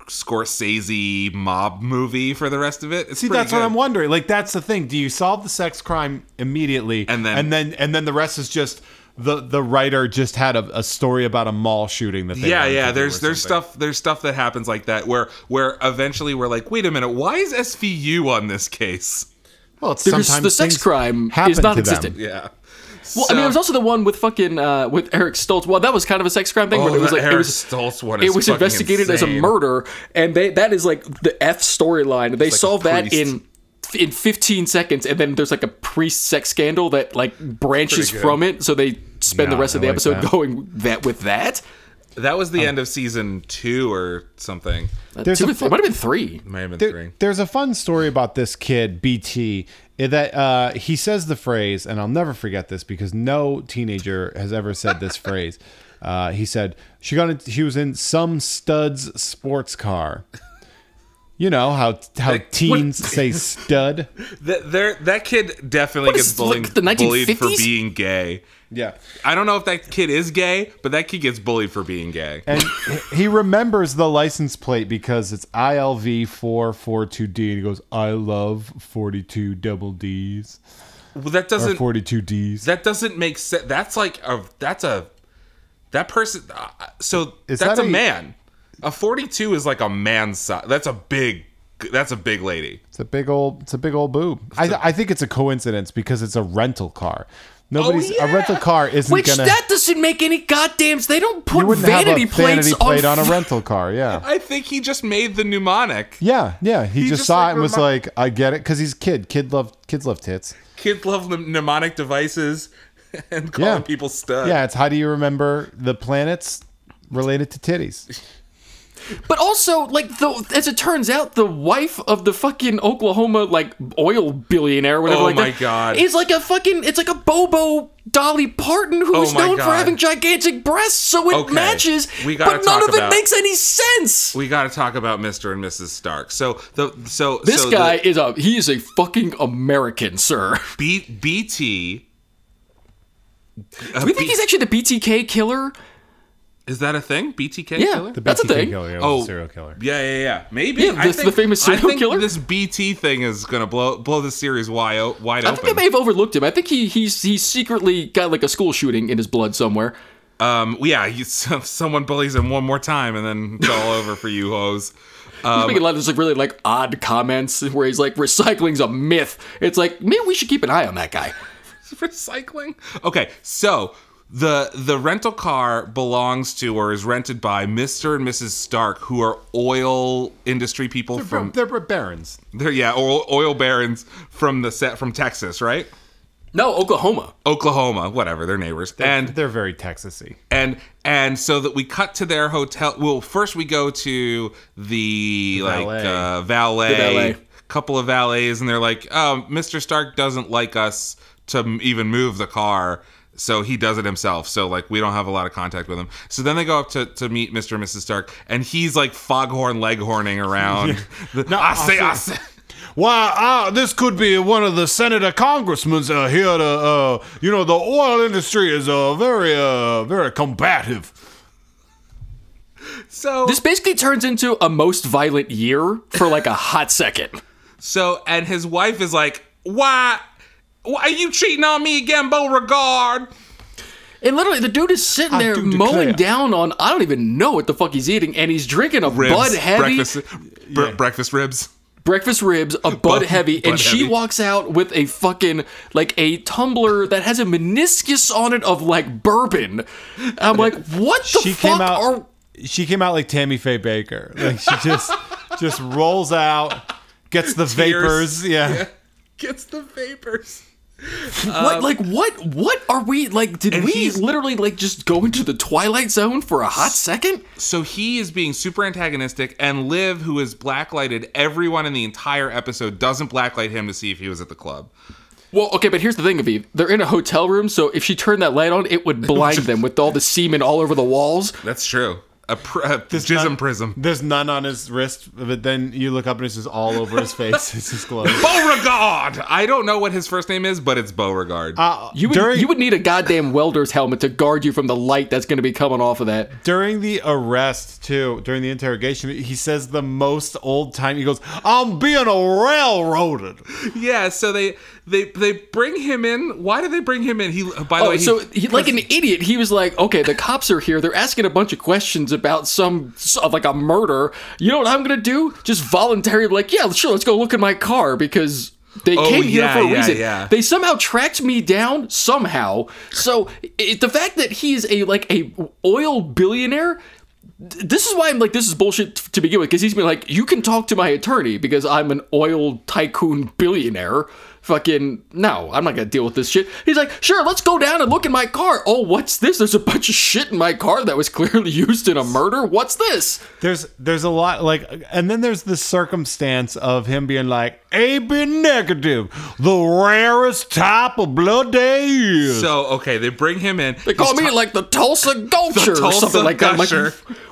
Scorsese mob movie for the rest of it. It's See, pretty that's what good. I'm wondering. Like, that's the thing. Do you solve the sex crime immediately, and then and then and then the rest is just the the writer just had a, a story about a mall shooting that. They yeah, wanted to yeah. do There's or there's something. stuff there's stuff that happens like that where where eventually we're like, wait a minute, why is SVU on this case? Well, it's Because sometimes the sex things crime happen is to them. non-existent. Yeah. Well, I mean, it was also the one with fucking uh, with Eric Stoltz. Well, that was kind of a sex crime thing, Oh, but it was the like it Eric was Stoltz one It is was fucking investigated as a insane. murder, and they that is like the F storyline. They solved that in in 15 seconds, and then there's like a priest sex scandal that like branches Pretty good. from it. So they spend the Nah, rest of I the like episode that. going that with that. That was the end of season two or something. There's two a- or three- it might have been three. Might have been three. There's a fun story about this kid BT that uh, he says the phrase, and I'll never forget this because no teenager has ever said this phrase. Uh, he said she got in, she was in some stud's sports car. You know how how Like, what- teens say stud. That there, that kid definitely What gets is- bullied, like, the bullied for 1950s? being gay. Yeah, I don't know if that kid is gay, but that kid gets bullied for being gay. And he remembers the license plate because it's ILV four four two D, and he goes, "I love forty two double Ds." Well, that doesn't- forty two Ds. that doesn't make sense. That's like a that's a that person. Uh, so Is that's that a a- man. A forty-two is like a man's size. That's a big. That's a big lady. It's a big old. It's a big old boob. I, I think it's a coincidence because it's a rental car. Nobody's a rental car isn't Oh, Which gonna. that doesn't make any goddamn. They don't put you wouldn't have a vanity plates vanity plate on, on a rental car. Yeah. I think he just made the mnemonic. Yeah, yeah. He, He just, just, saw like, it and was remi- like, "I get it," because he's a kid. Kid love kids love tits. Kids love mnem- mnemonic devices and calling Yeah. people stud. yeah, it's how do you remember the planets related to titties? But also, like, the, as it turns out, the wife of the fucking Oklahoma like oil billionaire, whatever. Oh like my that, God. Is like a fucking. It's like a Bobo Dolly Parton who Oh is my known for God. having gigantic breasts, so it Okay. matches. We gotta but none talk of it about- makes any sense. We got to talk about Mr. and Mrs. Stark. So the so This so the- guy is a he is a fucking American, sir. B, BT. Do we think he's actually the BTK killer? Is that a thing? BTK Yeah, killer? The that's a BTK thing. Oh. killer, yeah, was a serial killer. Yeah, yeah, yeah. Maybe. Yeah, I this- the famous serial I think killer? This BT thing is gonna blow blow the series wide o- wide I think open. they may have overlooked him. I think he he's he secretly got like a school shooting in his blood somewhere. Um, yeah, you, so- someone bullies him one more time, and then it's all over for you hoes. he's Um, making a lot of just like really like odd comments where he's like recycling's a myth. It's like maybe we should keep an eye on that guy. recycling. Okay, so the the rental car belongs to or is rented by Mr. and Mrs. Stark, who are oil industry people from They're barons. They're yeah, oil, oil barons from the set from Texas, right? No, Oklahoma. Oklahoma, whatever, they're neighbors. and they're very Texasy. And and so that we cut to their hotel. Well, first we go to the, like valet. uh, valet, The valet. couple of valets, and they're like, "Oh, Mr. Stark doesn't like us to m- even move the car." So he does it himself. So like we don't have a lot of contact with him. So then they go up to, to meet Mr. and Mrs. Stark, and he's like foghorn leghorning around. The, I say, I say. Why, uh, this could be one of the senator congressmen's uh, here to, uh, you know, the oil industry is uh, very, uh, very combative. So this basically turns into a most violent year for like a hot second. So, and his wife is like, "Why, why are you cheating on me again, Beauregard?" And literally, the dude is sitting there do mowing declare. down on I don't even know what the fuck he's eating, and he's drinking a Bud Heavy breakfast, br- breakfast ribs. breakfast ribs, a Bud, Heavy, Bud and she Heavy. walks out with a fucking like a tumbler that has a meniscus on it of like bourbon. I'm like, what the She fuck came out. are She came out like Tammy Faye Baker. Like she just, just rolls out, gets the vapors. Yeah. gets the vapors. what like what what are we like did we Um, literally like just go into the twilight zone for a hot second So he is being super antagonistic, and Liv, who is blacklighted, everyone in the entire episode doesn't blacklight him to see if he was at the club. well okay but here's the thing aviv they're in a hotel room so if she turned that light on it would blind them with all the semen all over the walls That's true. a, pr- a jism prism. There's none on his wrist, but then you look up and it's just all over his face. it's his clothes. Beauregard. I don't know what his first name is, but it's Beauregard. Uh, You would, you would need a goddamn welder's helmet to guard you from the light that's going to be coming off of that. during the arrest too during the interrogation he says the most old time he goes i'm being railroaded yeah, so they they they bring him in. Why do they bring him in? He by the oh, way, so he, like an idiot, he was like, "Okay, the cops are here. They're asking a bunch of questions about some of like a murder. You know what I'm gonna do? Just voluntarily, like, yeah, sure, let's go look in my car because." They Oh, came here yeah, for a yeah, reason. yeah. They somehow tracked me down somehow. So it, the fact that he's a like a oil billionaire, th- this is why I'm like this is bullshit t- to begin with because he's been like you can talk to my attorney because I'm an oil tycoon billionaire. Fucking no, I'm not gonna deal with this shit. He's like, sure, let's go down and look in my car. Oh, what's this? There's a bunch of shit in my car that was clearly used in a murder. What's this? there's there's a lot like and then there's the circumstance of him being like ab negative the rarest type of blood day is so okay, they bring him in. They call me like the Tulsa Gulcher or Tulsa something like that. I'm like, Gusher.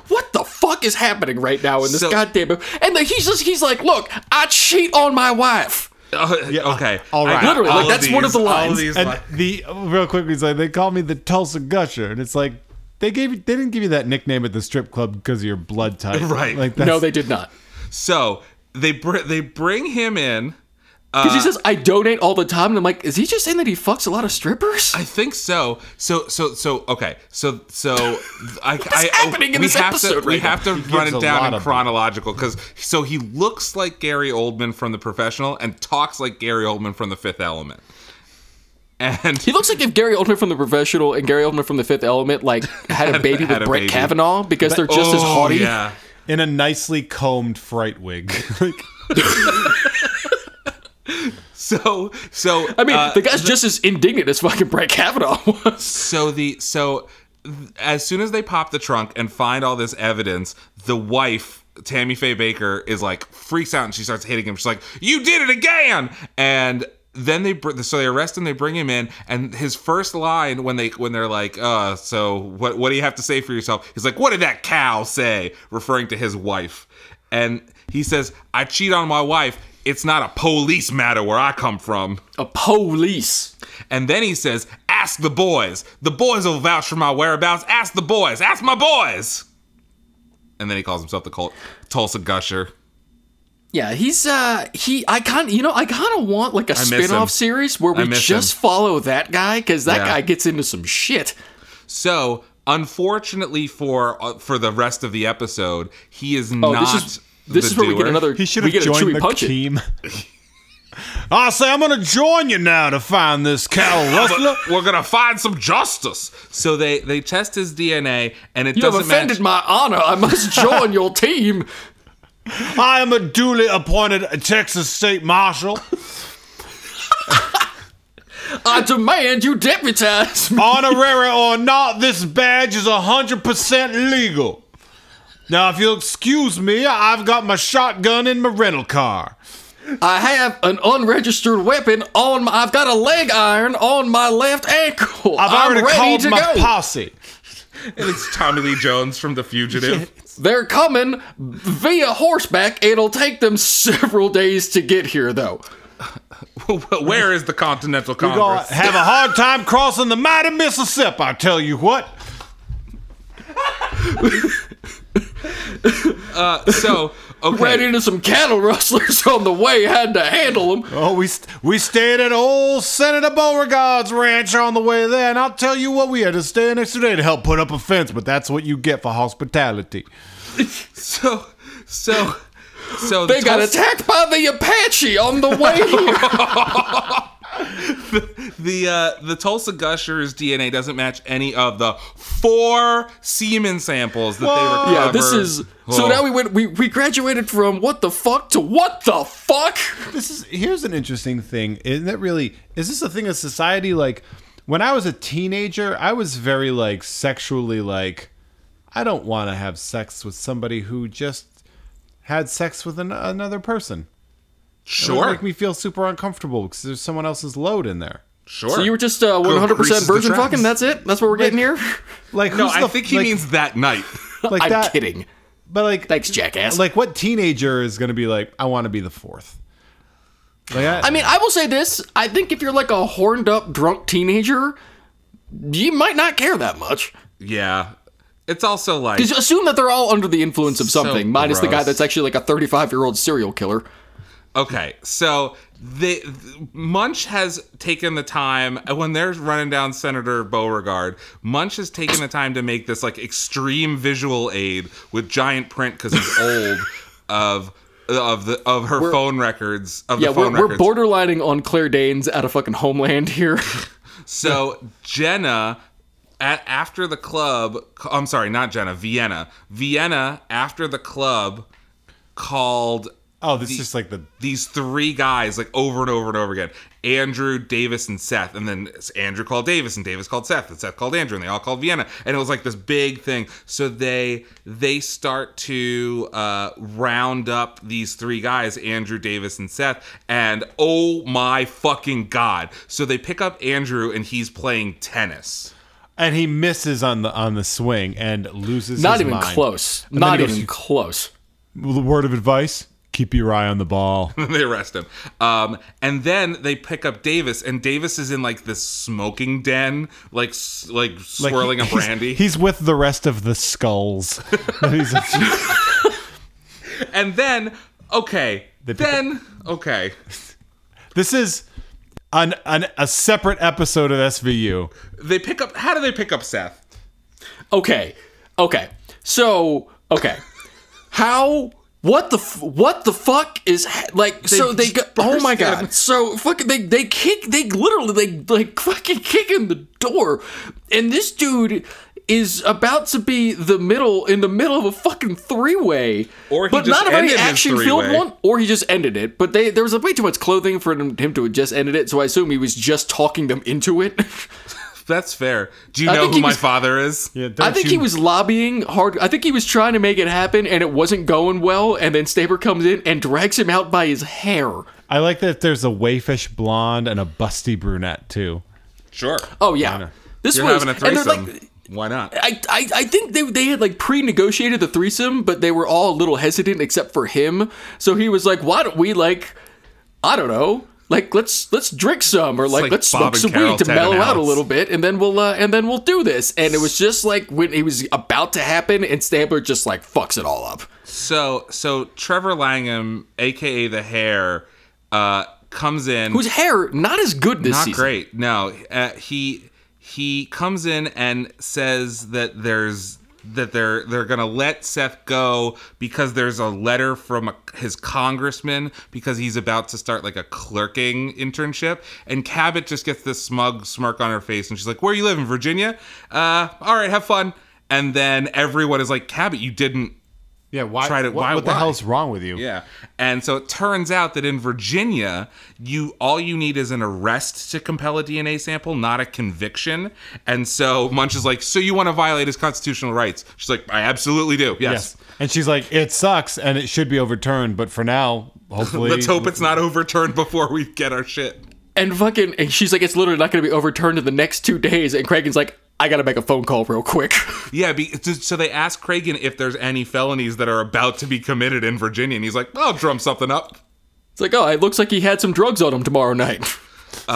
what the fuck is happening right now in this So- goddamn? And then he's just he's like, look, I cheat on my wife. Uh, okay. all right I- Literally, like, that's one of the these- all lines. these and lines. the real quickly it's like they call me the tulsa gusher and it's like they gave you, they didn't give you that nickname at the strip club because of your blood type Right. like No, they did not. So they br- they bring him in. Because he Uh, says I donate all the time, and I'm like, is he just saying that he fucks a lot of strippers? I think so. So so so okay. So so I, I oh, happening in we this have to episode we right have now? to He run gives it a down lot in of them. chronological because so he looks like Gary Oldman from The Professional and talks like Gary Oldman from The Fifth Element. And He looks like if Gary Oldman from The Professional and Gary Oldman from The Fifth Element like had a baby had with a Brett baby. Kavanaugh because they're just as Oh, haughty. Yeah. in a nicely combed fright wig like So so I mean, uh, the guy's just as indignant as fucking Brett Kavanaugh was. so the so th- as soon as they pop the trunk and find all this evidence, the wife Tammy Faye Baker is like freaks out and she starts hitting him. She's like, "You did it again!" And then they br- so they arrest him, they bring him in, and his first line when they when they're like, "Uh, so what what do you have to say for yourself?" He's like, "What did that cow say?" Referring to his wife, and he says, "I cheat on my wife." It's not a police matter where I come from. A police. And then he says, Ask the boys. The boys will vouch for my whereabouts. Ask the boys. Ask my boys. And then he calls himself the Col- Tulsa Gusher. Yeah, he's uh he I kind you know I kind of want like a miss him. spin-off series where I we miss just him. follow that guy cuz that Yeah. guy gets into some shit. So, unfortunately for uh, for the rest of the episode, he is Oh, not. this is this the is where we get doer. another He should we have get a joined Chewie the punch it. team. I say I'm gonna join you now to find this cow rustler. We're gonna find some justice. So they they test his DNA, and it You have doesn't offended match. my honor. I must join your team. I am a duly appointed Texas state marshal I demand you deputize me. honorary or not, this badge is 100% legal. Now, if you'll excuse me, I've got my shotgun in my rental car. I have an unregistered weapon on my, I've got a leg iron on my left ankle. I've am already ready called to my go. posse. And it's Tommy Lee Jones from The Fugitive. They're coming via horseback. It'll take them several days to get here though. Where is the Continental We're gonna Congress? have a hard time crossing the mighty Mississippi. I tell you what. so okay. Ran into some cattle rustlers on the way, had to handle them. Oh, we st- we stayed at old Senator Beauregard's ranch on the way there, and I'll tell you what, we had to stay an extra day to help put up a fence, but that's what you get for hospitality. So, so, so They got Tulsa- attacked by the Apache on the way here. the uh, the Tulsa Gusher's DNA doesn't match any of the four semen samples that they recovered. yeah, this is. So Oh. now we went. We, we graduated from what the fuck to what the fuck. This is here's an interesting thing. Isn't that really is this a thing of society? Like when I was a teenager, I was very like sexually like I don't want to have sex with somebody who just had sex with an- another person. It would sure, make me feel super uncomfortable because there's someone else's load in there. sure. So you were just uh, 100% greases the virgin tracks. fucking. That's it. That's what we're getting here. Like no, who's I the- think he like- means that night. Like I'm that- kidding. But like, thanks, jackass. Like, what teenager is going to be like? I want to be the fourth. Like, I, I mean, I will say this. I think if you're like a horned up drunk teenager, you might not care that much. Yeah. It's also like Because assume that they're all under the influence of something, minus the guy gross. that's actually like a 35 year old serial killer. Okay, so the Munch has taken the time when they're running down Senator Beauregard. Munch has taken the time to make this like extreme visual aid with giant print because he's old of of the of her phone records of yeah, the we're, phone we're records. borderlining on Claire Danes out of fucking Homeland here. So Jenna, at, after the club, I'm sorry, not Jenna, Vienna. Vienna after the club called. Oh, this is just like the these three guys like over and over and over again. Andrew, Davis, and Seth, and then Andrew called Davis, and Davis called Seth, and Seth called Andrew, and they all called Vienna, and it was like this big thing. So they they start to uh, round up these three guys, Andrew, Davis, and Seth, and oh my fucking god! So they pick up Andrew, and he's playing tennis. and he misses on the on the swing and loses. Not his even mind. close. And then Not he goes, even close. "Well, The word of advice: keep your eye on the ball. they arrest him. Um, and then they pick up Davis, and Davis is in like this smoking den, like s- like Like, swirling a he's- brandy. He's with the rest of the skulls. He's a- and then okay, then okay, this is an, an a separate episode of SVU. they pick up. How do they pick up Seth? Okay. Okay. So, okay. How what the f- what the fuck is ha- like so they go, oh my burst in. god. So fucking they they kick they literally they like fucking kick in the door and this dude is about to be the middle in the middle of a fucking three-way Or he but just not a very ended his action-filled three-way. one or he just ended it but they there was way too much clothing for him, him to have just ended it so i assume he was just talking them into it That's fair. Do you I know think who he my was- father is? Yeah, I think he was lobbying hard. I think he was trying to make it happen, and it wasn't going well. And then Staber comes in and drags him out by his hair. I like that there's a waifish blonde and a busty brunette too. Sure. Oh yeah, this You're was having a and they're threesome. like. Why not? I, I, I think they, they had like pre-negotiated the threesome, but they were all a little hesitant except for him. So he was like, "Why don't we like, I don't know, like let's let's drink some or like, like let's smoke Bob and some Carol weed to Ted mellow and out a Alex. little bit, and then we'll uh, and then we'll do this." And it was just like when it was about to happen, and Stabler just like fucks it all up. So so Trevor Langham, aka the Hair, uh, comes in. whose hair not as good this not season. great. No, uh, he he comes in and says that there's that they're they're gonna let Seth go because there's a letter from a, his congressman because he's about to start like a clerking internship and Cabot just gets this smug smirk on her face and she's like where you live in Virginia uh all right have fun and then everyone is like Cabot you didn't Yeah, why? Try to- what, why- what the why? hell's wrong with you? yeah. And so it turns out that in Virginia, you all you need is an arrest to compel a DNA sample, not a conviction. And so Munch is like, "So you want to violate his constitutional rights?" She's like, "I absolutely do. Yes." And she's like, it sucks and it should be overturned, but for now, hopefully. Let's hope it's not overturned before we get our shit. And fucking, and she's like, it's literally not going to be overturned in the next two days. And Kragan's like, I got to make a phone call real quick. Yeah, be, so they ask Cragen if there's any felonies that are about to be committed in Virginia, and he's like, "I'll drum something up." It's like, oh, it looks like he had some drugs on him tomorrow night.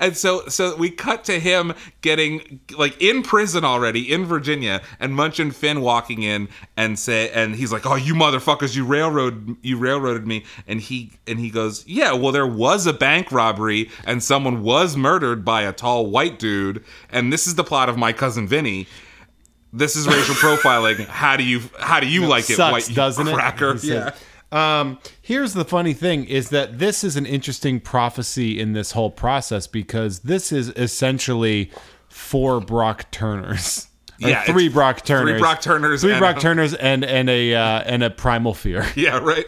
And so so we cut to him getting like in prison already in Virginia and Munch and Finn walking in and say and he's like, "Oh, you motherfuckers, you railroad you railroaded me." And he and he goes, "Yeah, well there was a bank robbery and someone was murdered by a tall white dude, and this is the plot of my cousin Vinny." This is racial profiling. How do you how do you like it, sucks, white you doesn't it? cracker? He said. Um, here's the funny thing is that this is an interesting prophecy in this whole process because this is essentially four Brock Turners. Or Yeah, three it's Brock Turners. Brock Turners Three and- Brock Turners and and a uh, and a Primal Fear. Yeah, right.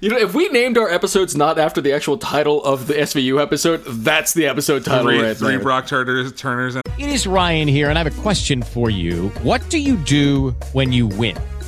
You know, if we named our episodes not after the actual title of the SVU episode, that's the episode title Three, right three there. Brock Turners Turners and It is Ryan here, and I have a question for you. What do you do when you win?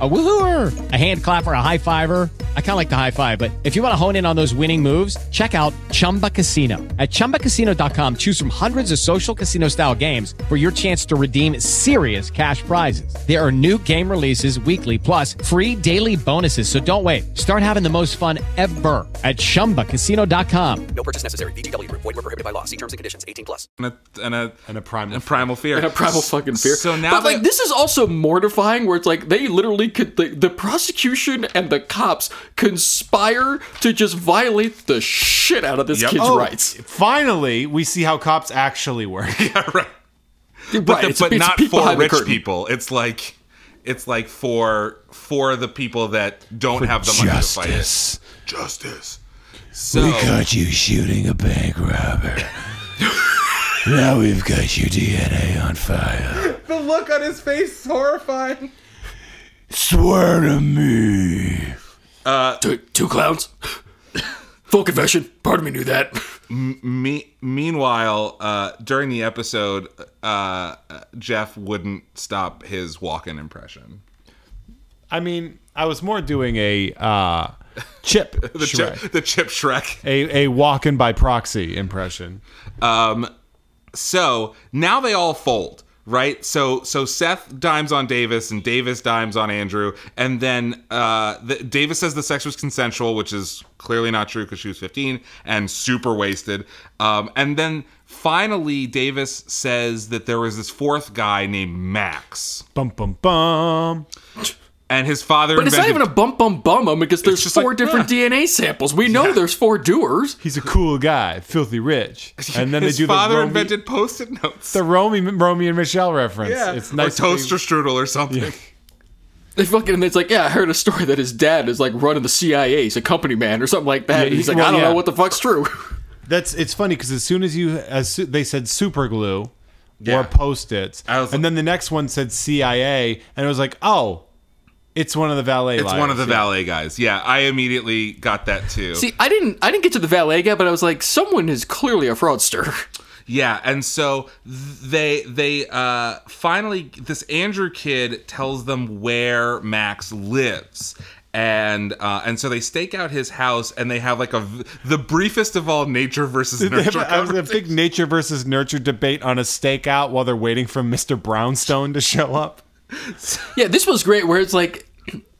a woohooer, a hand clapper, a high fiver. I kind of like the high five, but if you want to hone in on those winning moves, check out Chumba Casino. At chumbacasino.com, choose from hundreds of social casino style games for your chance to redeem serious cash prizes. There are new game releases weekly, plus free daily bonuses. So don't wait. Start having the most fun ever at chumbacasino.com. No purchase necessary. VGW Group. Void were prohibited by law. See terms and conditions. 18 plus. and a and a and a primal fear And a primal fucking fear. So now, but that- like, this is also mortifying. Where it's like they literally could the, the prosecution and the cops conspire to just violate the shit out of this kid's Oh, rights. Finally, we see how cops actually work. but, Right, the- it's a- but it's a not peek for behind the rich curtain. people. It's like it's like for for the people that don't For have the money justice. to fight it. Justice. So we caught you shooting a bank robber. now we've got your DNA on file. the look on his face is horrifying. Swear to me. Uh, two, two clowns. Full confession. Part of me knew that. M- me- meanwhile, uh, during the episode, uh, Jeff wouldn't stop his walk-in impression. I mean, I was more doing a uh, chip The Shrek. chip, the chip Shrek. a a walking by proxy impression. Um, so now they all fold, right? So so Seth dimes on Davis and Davis dimes on Andrew, and then uh, the, Davis says the sex was consensual, which is clearly not true because she was 15 and super wasted. Um, and then finally Davis says that there was this fourth guy named Max, Bum bum bum. and his father. But it's not invented- even a bump bump bum um, because there's just four like, different yeah. DNA samples. We know there's four doers. He's a cool guy, filthy rich, and then his they do father the Romy, invented post-it notes. the Romy Romy and Michelle reference. Yeah, It's nice or toaster strudel or something. They fucking and it's like, yeah, I heard a story that his dad is like running the CIA, he's a company man or something like that. Yeah, and he's he- like, well, I don't yeah. know what the fuck's true. That's it's funny because as soon as you as soo- they said super glue Yeah. or post its, and then the next one said CIA, and it was like, oh, it's one of the valet. It's one of the liars. valet guys. Yeah, I immediately got that too. See, I didn't I didn't get to the valet guy, but I was like, someone is clearly a fraudster. Yeah, and so th- they they uh finally this Andrew kid tells them where Max lives. And uh, and so they stake out his house, and they have like a v- the briefest of all nature versus Did they have nurture. a- I was a big nature versus nurture debate on a stakeout while they're waiting for Mr. Brownstone to show up. Yeah, this was great where it's like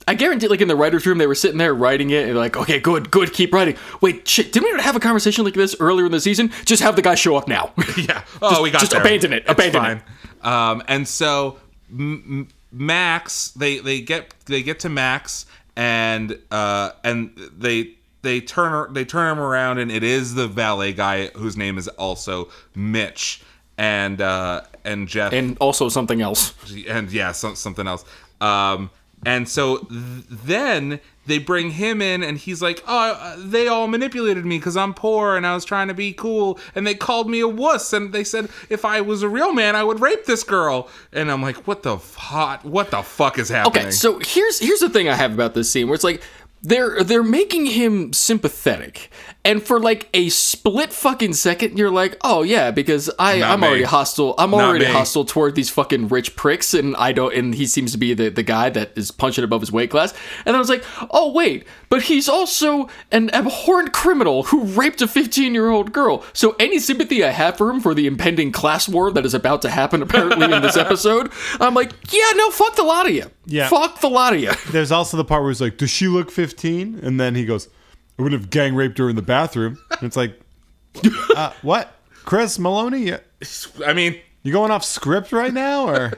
I guarantee like in the writer's room they were sitting there writing it and like, okay, good, good, keep writing. Wait, shit, didn't we have a conversation like this earlier in the season? Just have the guy show up now. yeah. Oh, we got just there. abandon it. It's Abandon it. fine. Um, and so M- M- Max, they they get they get to Max, and uh, and they they turn they turn him around, and it is the valet guy whose name is also Mitch, and uh, and Jeff, And also something else. and yeah, some, something else. Um, and so th- then they bring him in, and he's like, "Oh, uh, they all manipulated me because I'm poor and I was trying to be cool, and they called me a wuss, and they said if I was a real man, I would rape this girl." And I'm like, "What the f- hot? What the fuck is happening?" Okay, so here's here's the thing I have about this scene where it's like they're they're making him sympathetic, and for like a split fucking second, you're like, oh yeah, because I Not I'm me. already hostile. I'm Not already me. hostile toward these fucking rich pricks, and I don't. And he seems to be the the guy that is punching above his weight class. And I was like, oh wait, but he's also an abhorrent criminal who raped a 15 year old girl. So any sympathy I have for him for the impending class war that is about to happen apparently in this episode, I'm like, yeah, no, fuck the lot of you. Yeah. Fuck the lot of you. There's also the part where he's like, "Does she look 15?" And then he goes, "I would have gang raped her in the bathroom." And it's like, uh, "What, Chris Maloney? You- I mean, you going off script right now, or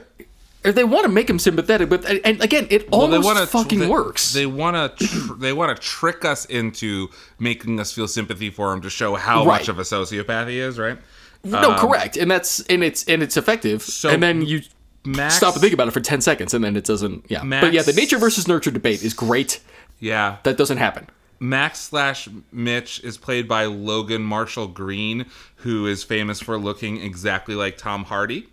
Or they want to make him sympathetic, but and and again, it almost wanna- fucking they- works. They want to tr- they want to trick us into making us feel sympathy for him to show how Right. much of a sociopath he is, right? no, Um, correct, and that's and it's and it's effective. and then you Max- stop and think about it for ten seconds, and then it doesn't. Yeah, but yeah, the Max- nature versus nurture debate is great. Yeah, That doesn't happen. Max slash Mitch is played by Logan Marshall Green, who is famous for looking exactly like Tom Hardy.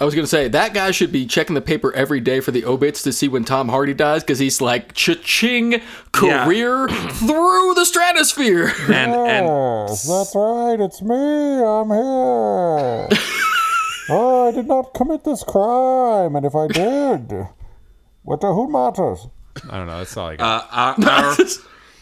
I was gonna say that guy should be checking the paper every day for the obits to see when Tom Hardy dies because he's like cha-ching career through the stratosphere. And and that's right, it's me. I'm here. oh, I did not commit this crime, and if I did, What the who matters? I don't know. That's all I got. Uh, our, our,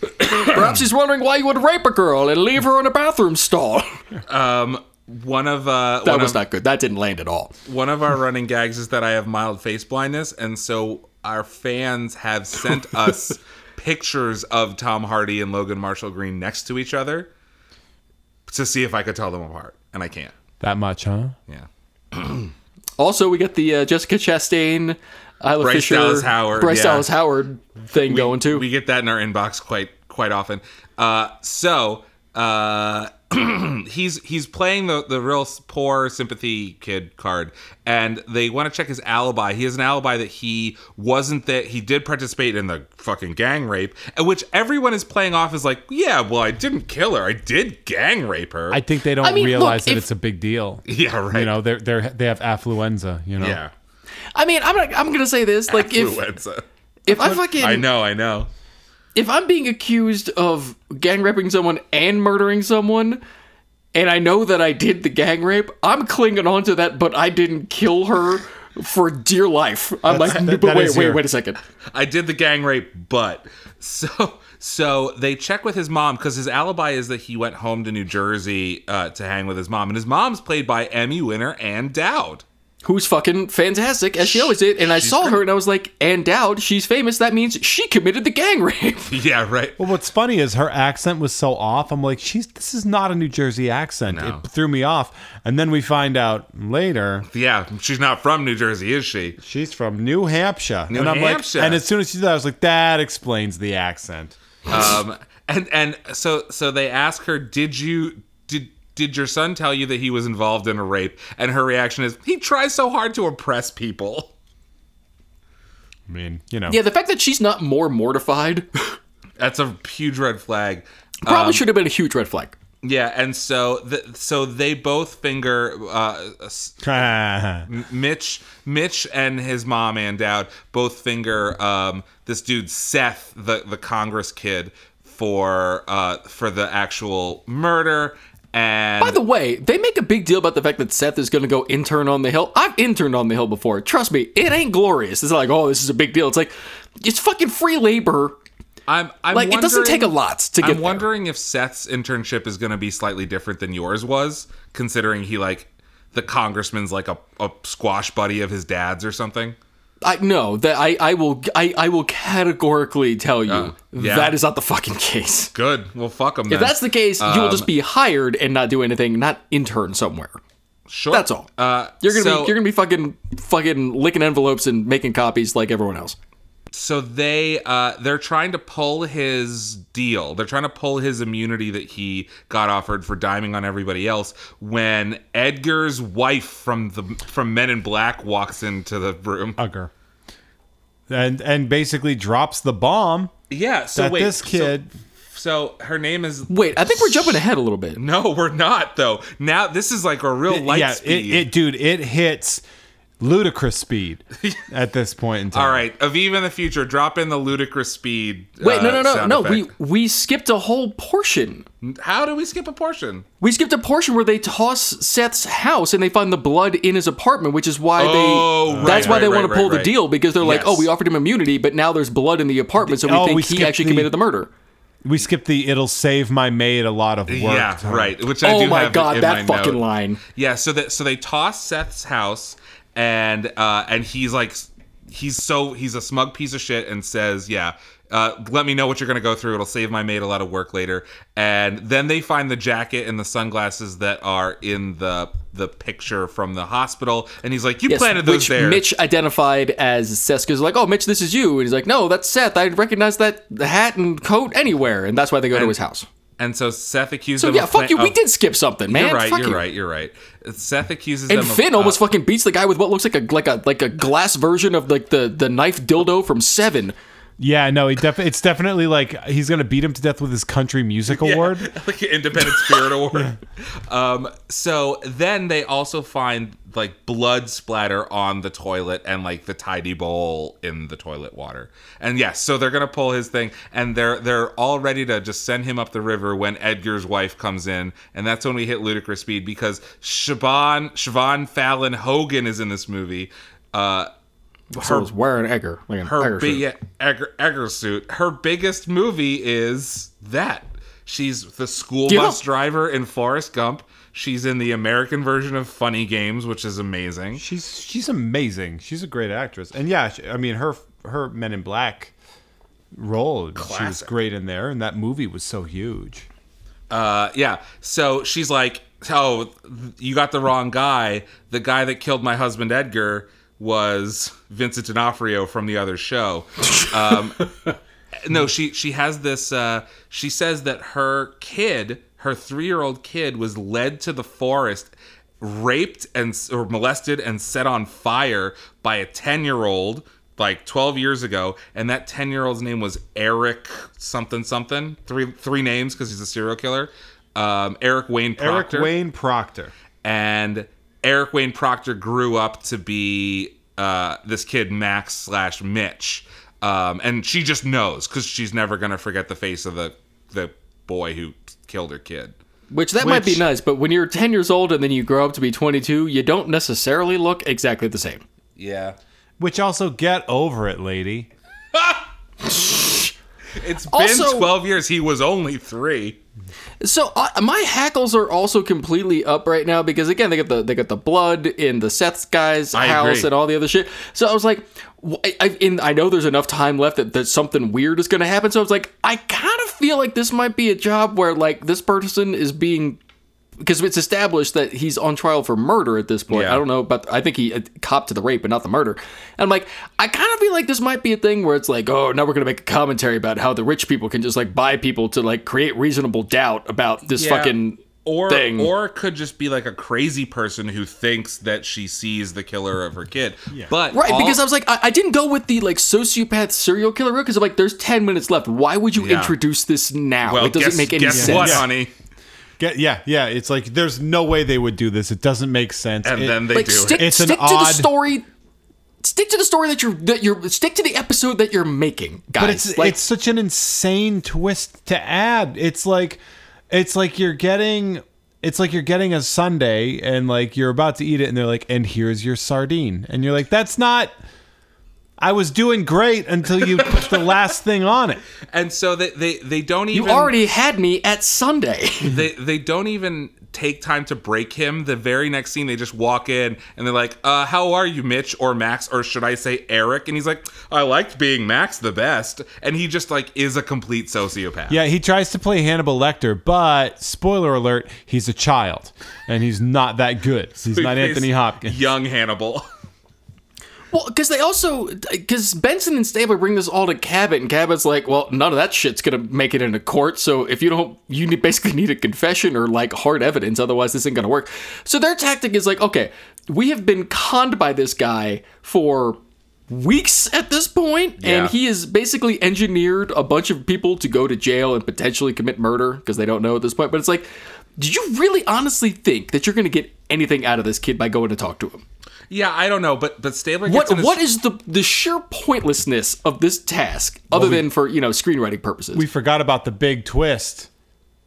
Perhaps he's wondering why you would rape a girl and leave her in a bathroom stall. Um, one of uh, that one was of- not good. That didn't land at all. One of our running gags is that I have mild face blindness, and so our fans have sent us pictures of Tom Hardy and Logan Marshall Green next to each other to see if I could tell them apart, and I can't. that much, huh? Yeah. Also, we get the uh, Jessica Chastain, Isla Bryce Fisher, Dallas Howard, Bryce yeah. Dallas Howard thing going too. We get that in our inbox quite quite often. Uh, so uh, he's he's playing the the real s- poor sympathy kid card, and they want to check his alibi. He has an alibi that he wasn't that he did participate in the fucking gang rape, and which everyone is playing off as like, yeah, well, I didn't kill her, I did gang rape her. I think they don't I mean, realize look, that if- it's a big deal. Yeah, right. You know, they're they are they have affluenza. You know. Yeah. I mean, I'm not, I'm gonna say this like if Influenza. if I fucking I know, I know. if I'm being accused of gang raping someone and murdering someone, and I know that I did the gang rape, I'm clinging on to that, but I didn't kill her for dear life. I'm That's- like, that- but that wait, is wait, your- wait a second. I did the gang rape, but so so they check with his mom because his alibi is that he went home to New Jersey uh, to hang with his mom, and his mom's played by Emmy winner Ann Dowd. Who's fucking fantastic as she always did, and I saw her and I was like, and doubt she's famous. That means she committed the gang rape. Yeah, right. Well, what's funny is her accent was so off. I'm like, she's this is not a New Jersey accent. It threw me off. And then we find out later Yeah, she's not from New Jersey, is she? she's from New Hampshire. New and I'm Hampshire. like, and as soon as she did, that, I was like, that explains the accent. Um, and and so so they ask her, did you did did your son tell you that he was involved in a rape? And her reaction is, he tries so hard to oppress people. I mean, you know. Yeah, the fact that she's not more mortified That's a huge red flag. probably Um, should have been a huge red flag. Yeah, and so the, so they both finger uh, s- M- Mitch, Mitch, and his mom and dad both finger um, this dude Seth, the the Congress kid, for uh, for the actual murder. And By the way, they make a big deal about the fact that Seth is going to go intern on the hill. I've interned on the hill before. Trust me, it ain't glorious. It's like, oh, this is a big deal. It's like, it's fucking free labor. I'm, I'm like, it doesn't wondering- take a lot to get I'm there. wondering if Seth's internship is going to be slightly different than yours was, considering he like the congressman's like a, a squash buddy of his dad's or something. I no that I I will I, I will categorically tell you Oh, yeah. that is not the fucking case. Good. Well, fuck him. If that's the case, you will Um, just be hired and not do anything, not intern somewhere. Sure. That's all. Uh, You're gonna so- be you're gonna be fucking fucking licking envelopes and making copies like everyone else. so they uh they're trying to pull his deal they're trying to pull his immunity that he got offered for diming on everybody else when edgar's wife from the from men in black walks into the room Ugger. And and basically drops the bomb. yeah so that wait this so- kid so, her name is Wait, I think we're jumping ahead a little bit. no we're not though now this is like a real light yeah, speed It, it dude, it hits ludicrous speed at this point in time. all right aviva in the future drop in the ludicrous speed Wait, no, uh, no, no, sound no. effect. We we skipped a whole portion. how do we skip a portion We skipped a portion where they toss Seth's house and they find the blood in his apartment, which is why Oh, they. right, that's why right, they right, want to right, pull right. the deal because they're like, Yes. oh, we offered him immunity, but now there's blood in the apartment, so we Oh, think we he skipped actually the- committed the murder. We skip the it'll save my maid a lot of work. yeah time. right which i oh do my have god, in that my fucking note. line. Yeah, so that so they toss Seth's house and uh and he's like he's so he's a smug piece of shit and says, "Yeah, uh, let me know what you're gonna go through. It'll save my maid a lot of work later." And then they find the jacket and the sunglasses that are in the the picture from the hospital, and he's like, "You Yes, planted those which there." Mitch identified as Seth because like, oh, Mitch, this is you, and he's like, no, that's Seth. I recognize that hat and coat anywhere, and that's why they go to And- his house. and so Seth accuses So them. yeah, of fuck plant- you. We oh. of- did skip something, man. You're right. Fuck you're you. right. You're right. Seth accuses And them. of- Finn uh, almost fucking beats the guy with what looks like a like a like a glass version of like the the knife dildo from Seven. Yeah, no, he def- it's definitely like he's gonna beat him to death with his country music award. like an independent spirit award. Um, so then they also find like blood splatter on the toilet and like the tidy bowl in the toilet water. And yes, so they're gonna pull his thing, and they're they're all ready to just send him up the river when Edgar's wife comes in, and that's when we hit ludicrous speed because Siobhan Siobhan Fallon Hogan is in this movie. Uh, so it's wearing Egger, like an her Egger big suit. yeah, Egger, Egger suit. Her biggest movie is that. She's the school Yeah. bus driver in Forrest Gump. She's in the American version of Funny Games, which is amazing. She's she's amazing. She's a great actress, and yeah, she, I mean her her Men in Black role. She was Classic. great in there, and that movie was so huge. Uh, yeah. So she's like, "Oh, you got the wrong guy. The guy that killed my husband Edgar was Vincent D'Onofrio from the other show." Um, no, she she has this. Uh, she says that her kid, her three year old kid, was led to the forest, raped and or molested and set on fire by a ten year old like 12 years ago and that 10 year old's name was eric something something three three names because he's a serial killer um, eric wayne Eric proctor Wayne Proctor. and Eric Wayne Proctor grew up to be uh, this kid Max slash Mitch, um, and she just knows because she's never gonna forget the face of the the boy who killed her kid. Which that might be Which- nice, but when you're 10 years old and then you grow up to be 22, you don't necessarily look exactly the same. Yeah, Which also get over it, lady. it's been Also- twelve years. He was only three. So uh, my hackles are also completely up right now because again they got the they got the blood in the Seth's guy's I house agree. and all the other shit. So I was like, wh- I, I, and I know there's enough time left that, that something weird is going to happen. So I was like, I kind of feel like this might be a job where like this person is being because it's established that he's on trial for murder at this point. I don't know, but I think he uh, copped to the rape, but not the murder. And I'm like, I kind of feel like this might be a thing where it's like, oh, now we're gonna make a commentary about how the rich people can just like buy people to like create reasonable doubt about this Yeah. fucking or thing. or it could just be like a crazy person who thinks that she sees the killer of her kid. But Right, all- because I was like, I, I didn't go with the like sociopath serial killer route because I'm like, there's ten minutes left. Why would you Yeah. introduce this now? Well, it doesn't guess- make any guess sense. what, honey? Get yeah, yeah. It's like there's no way they would do this. It doesn't make sense. And It- then they like stick, It's an stick to the odd. story. Stick to the story that you're that you're stick to the episode that you're making, guys. But it's like, it's such an insane twist to add. It's like it's like you're getting it's like you're getting a Sunday and like you're about to eat it and they're like, and here's your sardine. And you're like, that's not I was doing great until you put the last thing on it. and so they they, they don't even you already had me at Sunday. they they don't even take time to break him. The very next scene, they just walk in and they're like, uh, "How are you, Mitch or Max, or should I say Eric?" And he's like, "I liked being Max the best," and he just like is a complete sociopath. Yeah, he tries to play Hannibal Lecter, but spoiler alert, he's a child and he's not that good. He's He not plays Anthony Hopkins. young Hannibal. Well, because they also because Benson and Stabler bring this all to Cabot, and Cabot's like, well, none of that shit's gonna make it into court. So if you don't, you need, basically need a confession or like hard evidence, otherwise this ain't gonna work. So their tactic is like, okay, we have been conned by this guy for weeks at this point, Yeah. and he has basically engineered a bunch of people to go to jail and potentially commit murder because they don't know at this point. But it's like, did you really honestly think that you're gonna get anything out of this kid by going to talk to him? Yeah, I don't know, but but Stabler. Gets What in his- what is the the sheer pointlessness of this task, other than for you know screenwriting purposes? We forgot about the big twist.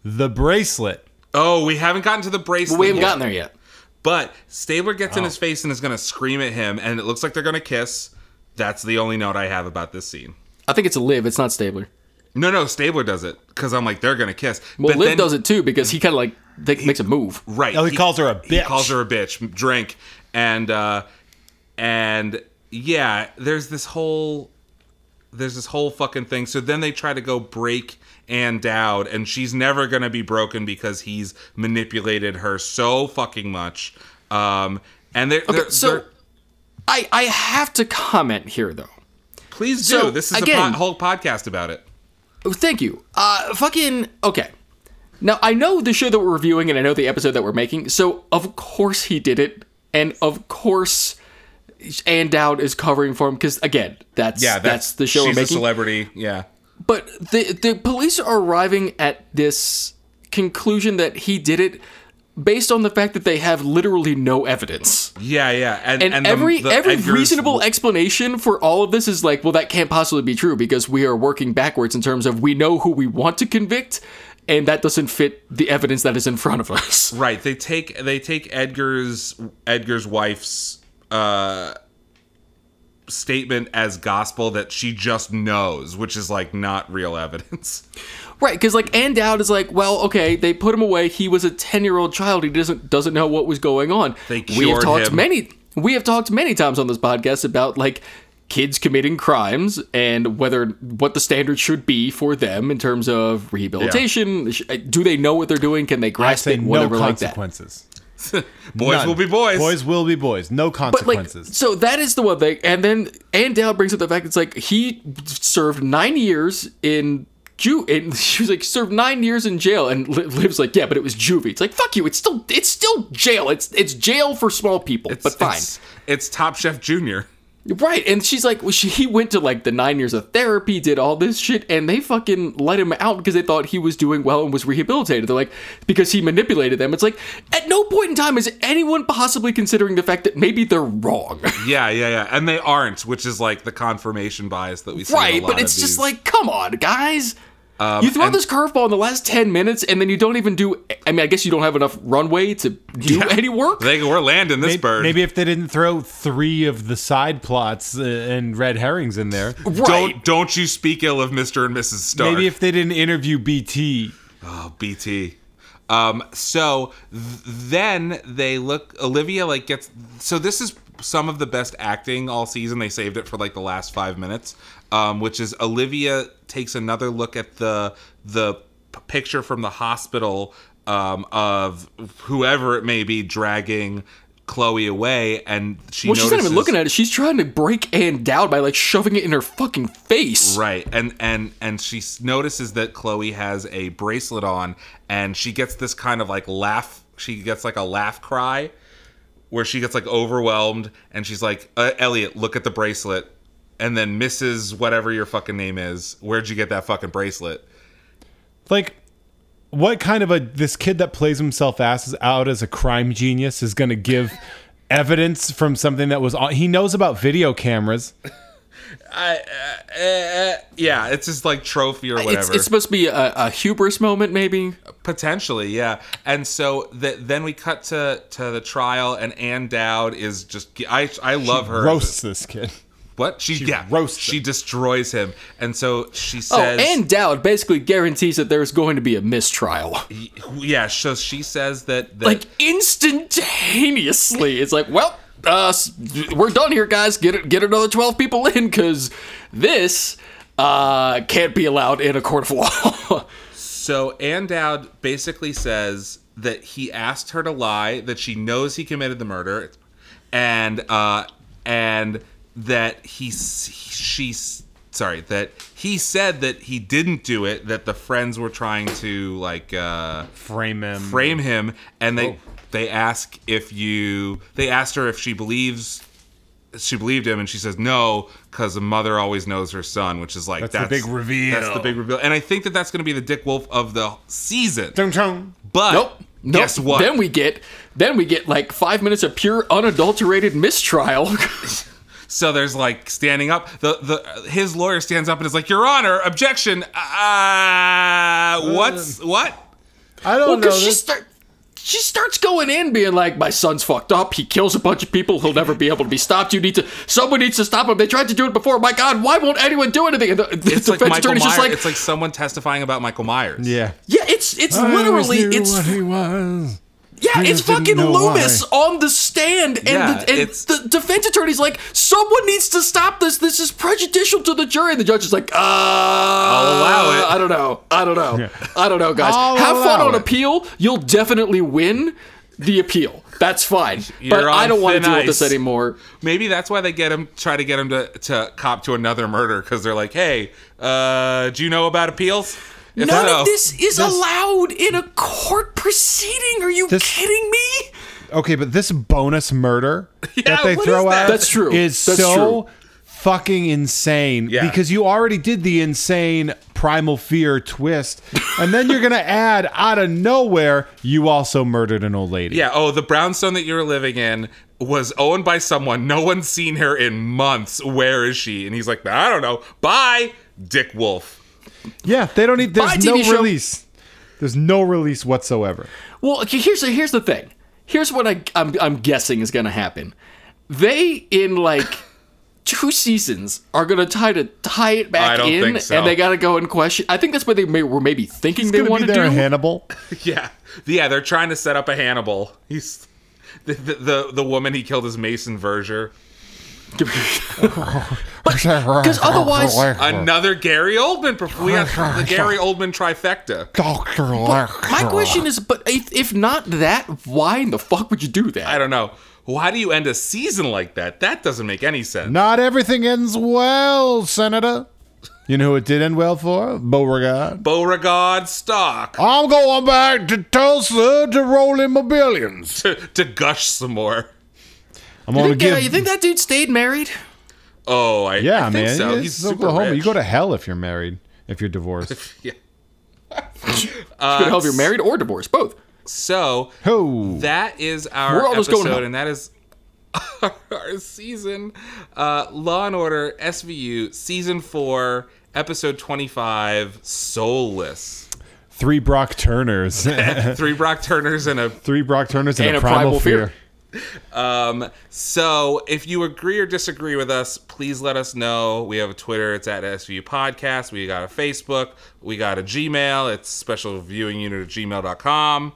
The bracelet. Oh, we haven't gotten to the bracelet. We haven't gotten there yet. But Stabler gets in Oh. his face and is going to scream at him, and it looks like they're going to kiss. That's the only note I have about this scene. I think it's a live. It's not Stabler. No, no, Stabler does it because I'm like they're going to kiss. Well, but Liv then- does it too because he kind of like they, makes a move. Right. Oh, he calls her a He bitch. calls her a bitch. Drink. And uh and yeah, there's this whole there's this whole fucking thing. So then they try to go break Ann Dowd, and she's never gonna be broken because he's manipulated her so fucking much. Um and they're, they're, so- they're- I I have to comment here though. please do. so, this is again- a po- whole podcast about it. Oh, Thank you. Uh, fucking okay. Now I know the show that we're reviewing and I know the episode that we're making. So of course he did it, and of course. Ann Dowd is covering for him because again, that's Yeah, that's, the show She's we're a making. celebrity. Yeah. But the the police are arriving at this conclusion that he did it based on the fact that they have literally no evidence. Yeah, yeah. And, And, the- every the every Edgar's- reasonable explanation for all of this is like, well, that can't possibly be true because we are working backwards in terms of we know who we want to convict, and that doesn't fit the evidence that is in front of us. Right. They take they take Edgar's Edgar's wife's uh statement as gospel that she just knows, which is like not real evidence. Right, because like Ann Dowd is like, well, okay, they put him away. He was a ten-year-old child. He doesn't doesn't know what was going on. They we have cured talked him. many we have talked many times on this podcast about like kids committing crimes and whether what the standard should be for them in terms of rehabilitation. Sh- uh, Do they know what they're doing? Can they I grasp say it? no Whatever, like that. consequences. boys will be boys. Boys will be boys. No consequences. So that is the one thing. And then Ann Dowd brings up the fact it's like he served nine years in Ju and she was like served nine years in jail and Li- Liv's like, yeah, but it was juvie. It's like, fuck you, it's still it's still jail. It's it's jail for small people. but fine. It's, it's Top Chef Junior. Right, and she's like, well, she, he went to like the nine years of therapy, did all this shit, and they fucking let him out because they thought he was doing well and was rehabilitated. They're like, because he manipulated them. It's like, at no point in time is anyone possibly considering the fact that maybe they're wrong. Yeah, yeah, yeah. And they aren't, which is like the confirmation bias that we see. in a Right, lot but of it's just these. like, come on, guys. Um, you throw and- this curveball in the last 10 minutes and then you don't even do. I mean, I guess you don't have enough runway to do any work. They, we're landing this maybe, bird. maybe if they didn't throw three of the side plots uh, and red herrings in there. Don't don't you speak ill of Mr. and Mrs. Stark. Maybe if they didn't interview BT. Oh, BT. Um, so th- then they look. Olivia like gets. So this is some of the best acting all season. They saved it for like the last five minutes, um, which is Olivia takes another look at the the p- picture from the hospital um, of whoever it may be dragging Chloe away, and she well, she's not even notices- looking at it. She's trying to break Anne down by like shoving it in her fucking face. Right, and and and she s- notices that Chloe has a bracelet on, and she gets this kind of like laugh. She gets like a laugh cry, where she gets like overwhelmed, and she's like, uh, "Elliot, look at the bracelet," and then Mrs. Whatever your fucking name is, where'd you get that fucking bracelet? Like, what kind of a this kid that plays himself ass out as a crime genius is going to give evidence from something that was on? He knows about video cameras. I, uh, uh, uh, yeah, it's just like trophy or It's, whatever. it's supposed to be a, a hubris moment, maybe. Potentially, yeah. And so th- then we cut to to the trial, and Anne Dowd is just I I love her Roasts this kid. What she, yeah roasts she destroys him, and so she Oh, says Anne Dowd basically guarantees that there's going to be a mistrial. yeah. So she says that, that like instantaneously. It's like, well, uh, s- we're done here, guys. Get it, get another twelve people in because this uh, can't be allowed in a court of law. so Anne Dowd basically says that he asked her to lie, that she knows he committed the murder, and uh and that he s- she s- sorry that he said that he didn't do it, that the friends were trying to like uh Frame him. frame him and they Oh. they ask if you they asked her if she believes she believed him and she says no because the mother always knows her son which is like That's the big reveal. that's the big reveal and i think that that's going to be the dick wolf of the season but nope. Nope. guess what Then we get then we get like five minutes of pure unadulterated mistrial. Oh, so there's like standing up the the his lawyer stands up and is like your honor objection uh what's what I well, because Oh, she start, she starts going in being like, My son's fucked up, he kills a bunch of people, he'll never be able to be stopped. You need to someone needs to stop him. They tried to do it before. My god, why won't anyone do anything? And the, the it's like defense michael attorney's myers just like it's like someone testifying about michael myers yeah Yeah, it's it's I always literally knew it's what he was. yeah, I it's just didn't fucking know Loomis why. on the stand, and, Yeah, the, and it's- the defense attorney's like, "Someone needs to stop this. This is prejudicial to the jury." And the judge is like, "Uh, I'll allow it." I don't know. I don't know. I don't know, guys. I'll Have fun allow on it. appeal. You'll definitely win the appeal. That's fine. but You're on I don't want to thin deal with this ice. anymore. Maybe that's why they get him, try to get him to, to cop to another murder because they're like, hey, uh, do you know about appeals? oh, If None so- of this is allowed in a court proceeding. Are you This- kidding me? Okay, but this bonus murder that they what throw is that? out That's true. is That's so true. fucking insane Yeah. because you already did the insane primal fear twist and then you're going to add out of nowhere you also murdered an old lady. Yeah. Oh, the brownstone that you were living in was owned by someone. No one's seen her in months. Where is she? And he's like, I don't know. Bye, Dick Wolf. Yeah, they don't need Bye, there's no TV show. release. There's no release whatsoever. Well, okay, here's the, here's the thing. Here's what I, I'm, I'm guessing is going to happen. They in like two seasons are gonna try to tie it back I don't in, think so. and they gotta go and question. I think that's what they may, were maybe thinking they gonna be want to their do. Hannibal. yeah, yeah. They're trying to set up a Hannibal. He's the the the, the woman he killed is Mason Verger. Because otherwise- another Gary Oldman. perf- We have the Gary Oldman trifecta. Doctor My question is, but if, if not that, why in the fuck would you do that? I don't know. Why do you end a season like that? That doesn't make any sense. Not everything ends well, Senator. You know who it did end well for? Beauregard. Beauregard Stock I'm going back to Tulsa to roll in my billions. to, to gush some more. I'm You gonna think, that- give. you think that dude stayed married? Oh, I yeah, I think man. So. This He's is super Oklahoma. rich. You go to hell if you're married. If you're divorced. yeah. Uh, help you're married or divorced, both. So Who? that is our We're all just episode, going home. and that is our season. Uh, Law and Order SVU season four, episode twenty-five, Soulless. Three Brock Turners. Three Brock Turners and a Three Brock Turners and, a, primal, fear. Um, so if you agree or disagree with us, please let us know. We have a Twitter, it's at SVU Podcast. We got a Facebook, we got a Gmail, it's special viewing unit at gmail.com.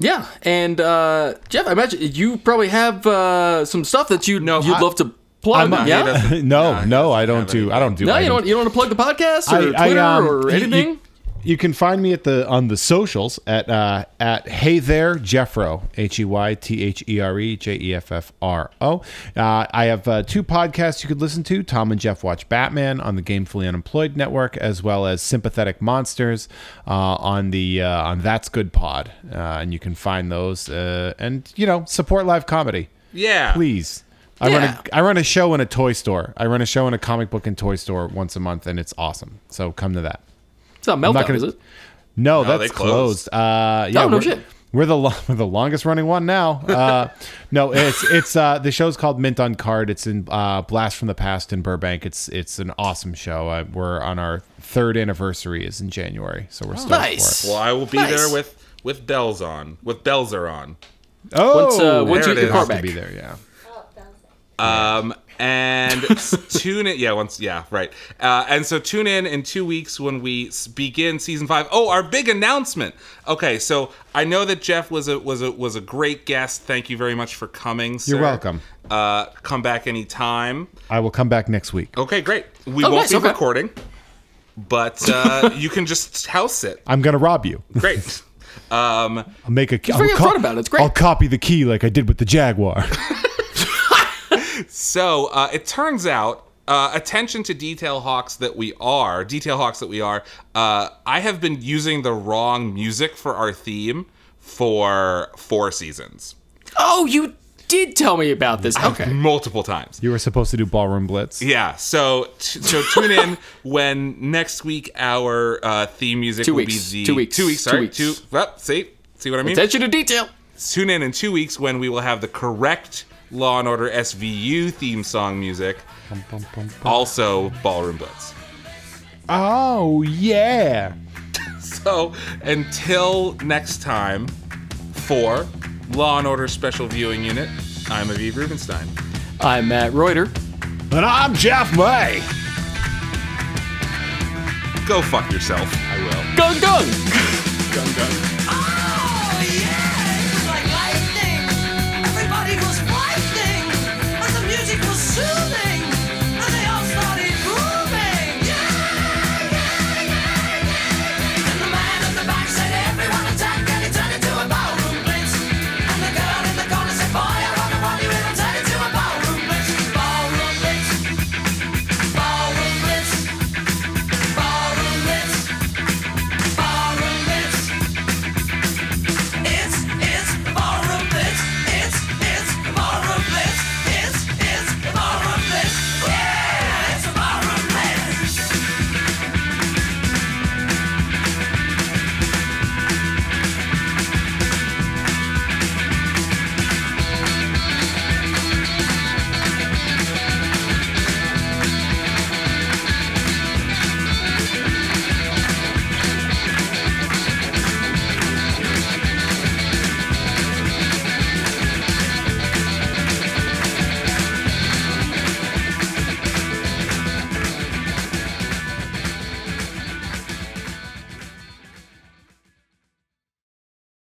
Yeah, and uh, Jeff, I imagine you probably have uh, some stuff that you know you'd I- love to plug. I'm- yeah, no, no, I don't do. I don't do. no, I you don't. You don't want to plug the podcast or I- I, Twitter um, or you- you- anything. You, can find me at the on the socials at uh, at hey there Jeffro H E Y T H E R E J E F F R O. Uh, I have uh, two podcasts you could listen to: Tom and Jeff Watch Batman on the Gamefully Unemployed Network, as well as Sympathetic Monsters uh, on the uh, on That's Good Pod, uh, and you can find those uh, and you know support live comedy. Yeah. please. I run Yeah. a I run a show in a toy store. I run a show in a comic book and toy store once a month, and it's awesome. So come to that. It's not I'm meltdown, not gonna- is it? No, No, they that's closed. Uh, yeah, Oh, no we're, shit. We're the lo- we're the longest running one now. Uh, no, it's it's uh, the show's called Mint on Card. It's in uh, Blast from the Past in Burbank. It's it's an awesome show. Uh, we're on our third anniversary is in January, so we're stoked Oh, nice. for it. Well, I will be Nice. there with with bells on, with bells are on. Oh, Once, uh, once there you it get your is. car Has to back, be there. Yeah. Um, and s- tune in. Yeah, once. Yeah, right. Uh, and so tune in in two weeks when we s- begin season five. Oh, our big announcement. Okay, so I know that Jeff was a was a was a great guest. Thank you very much for coming. Sir. You're welcome. Uh, come back anytime. I will come back next week. Okay, great. We Oh, won't nice, be okay. recording, but uh, you can just house it. I'm gonna rob you. Great. Um, I'll make a. I'll very upfront about it. It's great. I'll copy the key like I did with the Jaguar. So uh, it turns out, uh, attention to detail hawks that we are, detail hawks that we are, uh, I have been using the wrong music for our theme for four seasons, Oh, you did tell me about this. Okay. multiple times. you were supposed to do ballroom blitz. Yeah, so t- so tune in when next week our uh, theme music Two will weeks. be the Two weeks. two weeks Two sorry weeks. two well, see see what I mean Attention to detail. tune in in two weeks when we will have the correct Law and Order SVU theme song music also ballroom blitz. Oh yeah. So until next time, for Law and Order Special Viewing Unit, I'm Aviv Rubenstein. I'm Matt Reuter. And I'm Jeff May. Go fuck yourself. I will. Gung gung. Gun gun.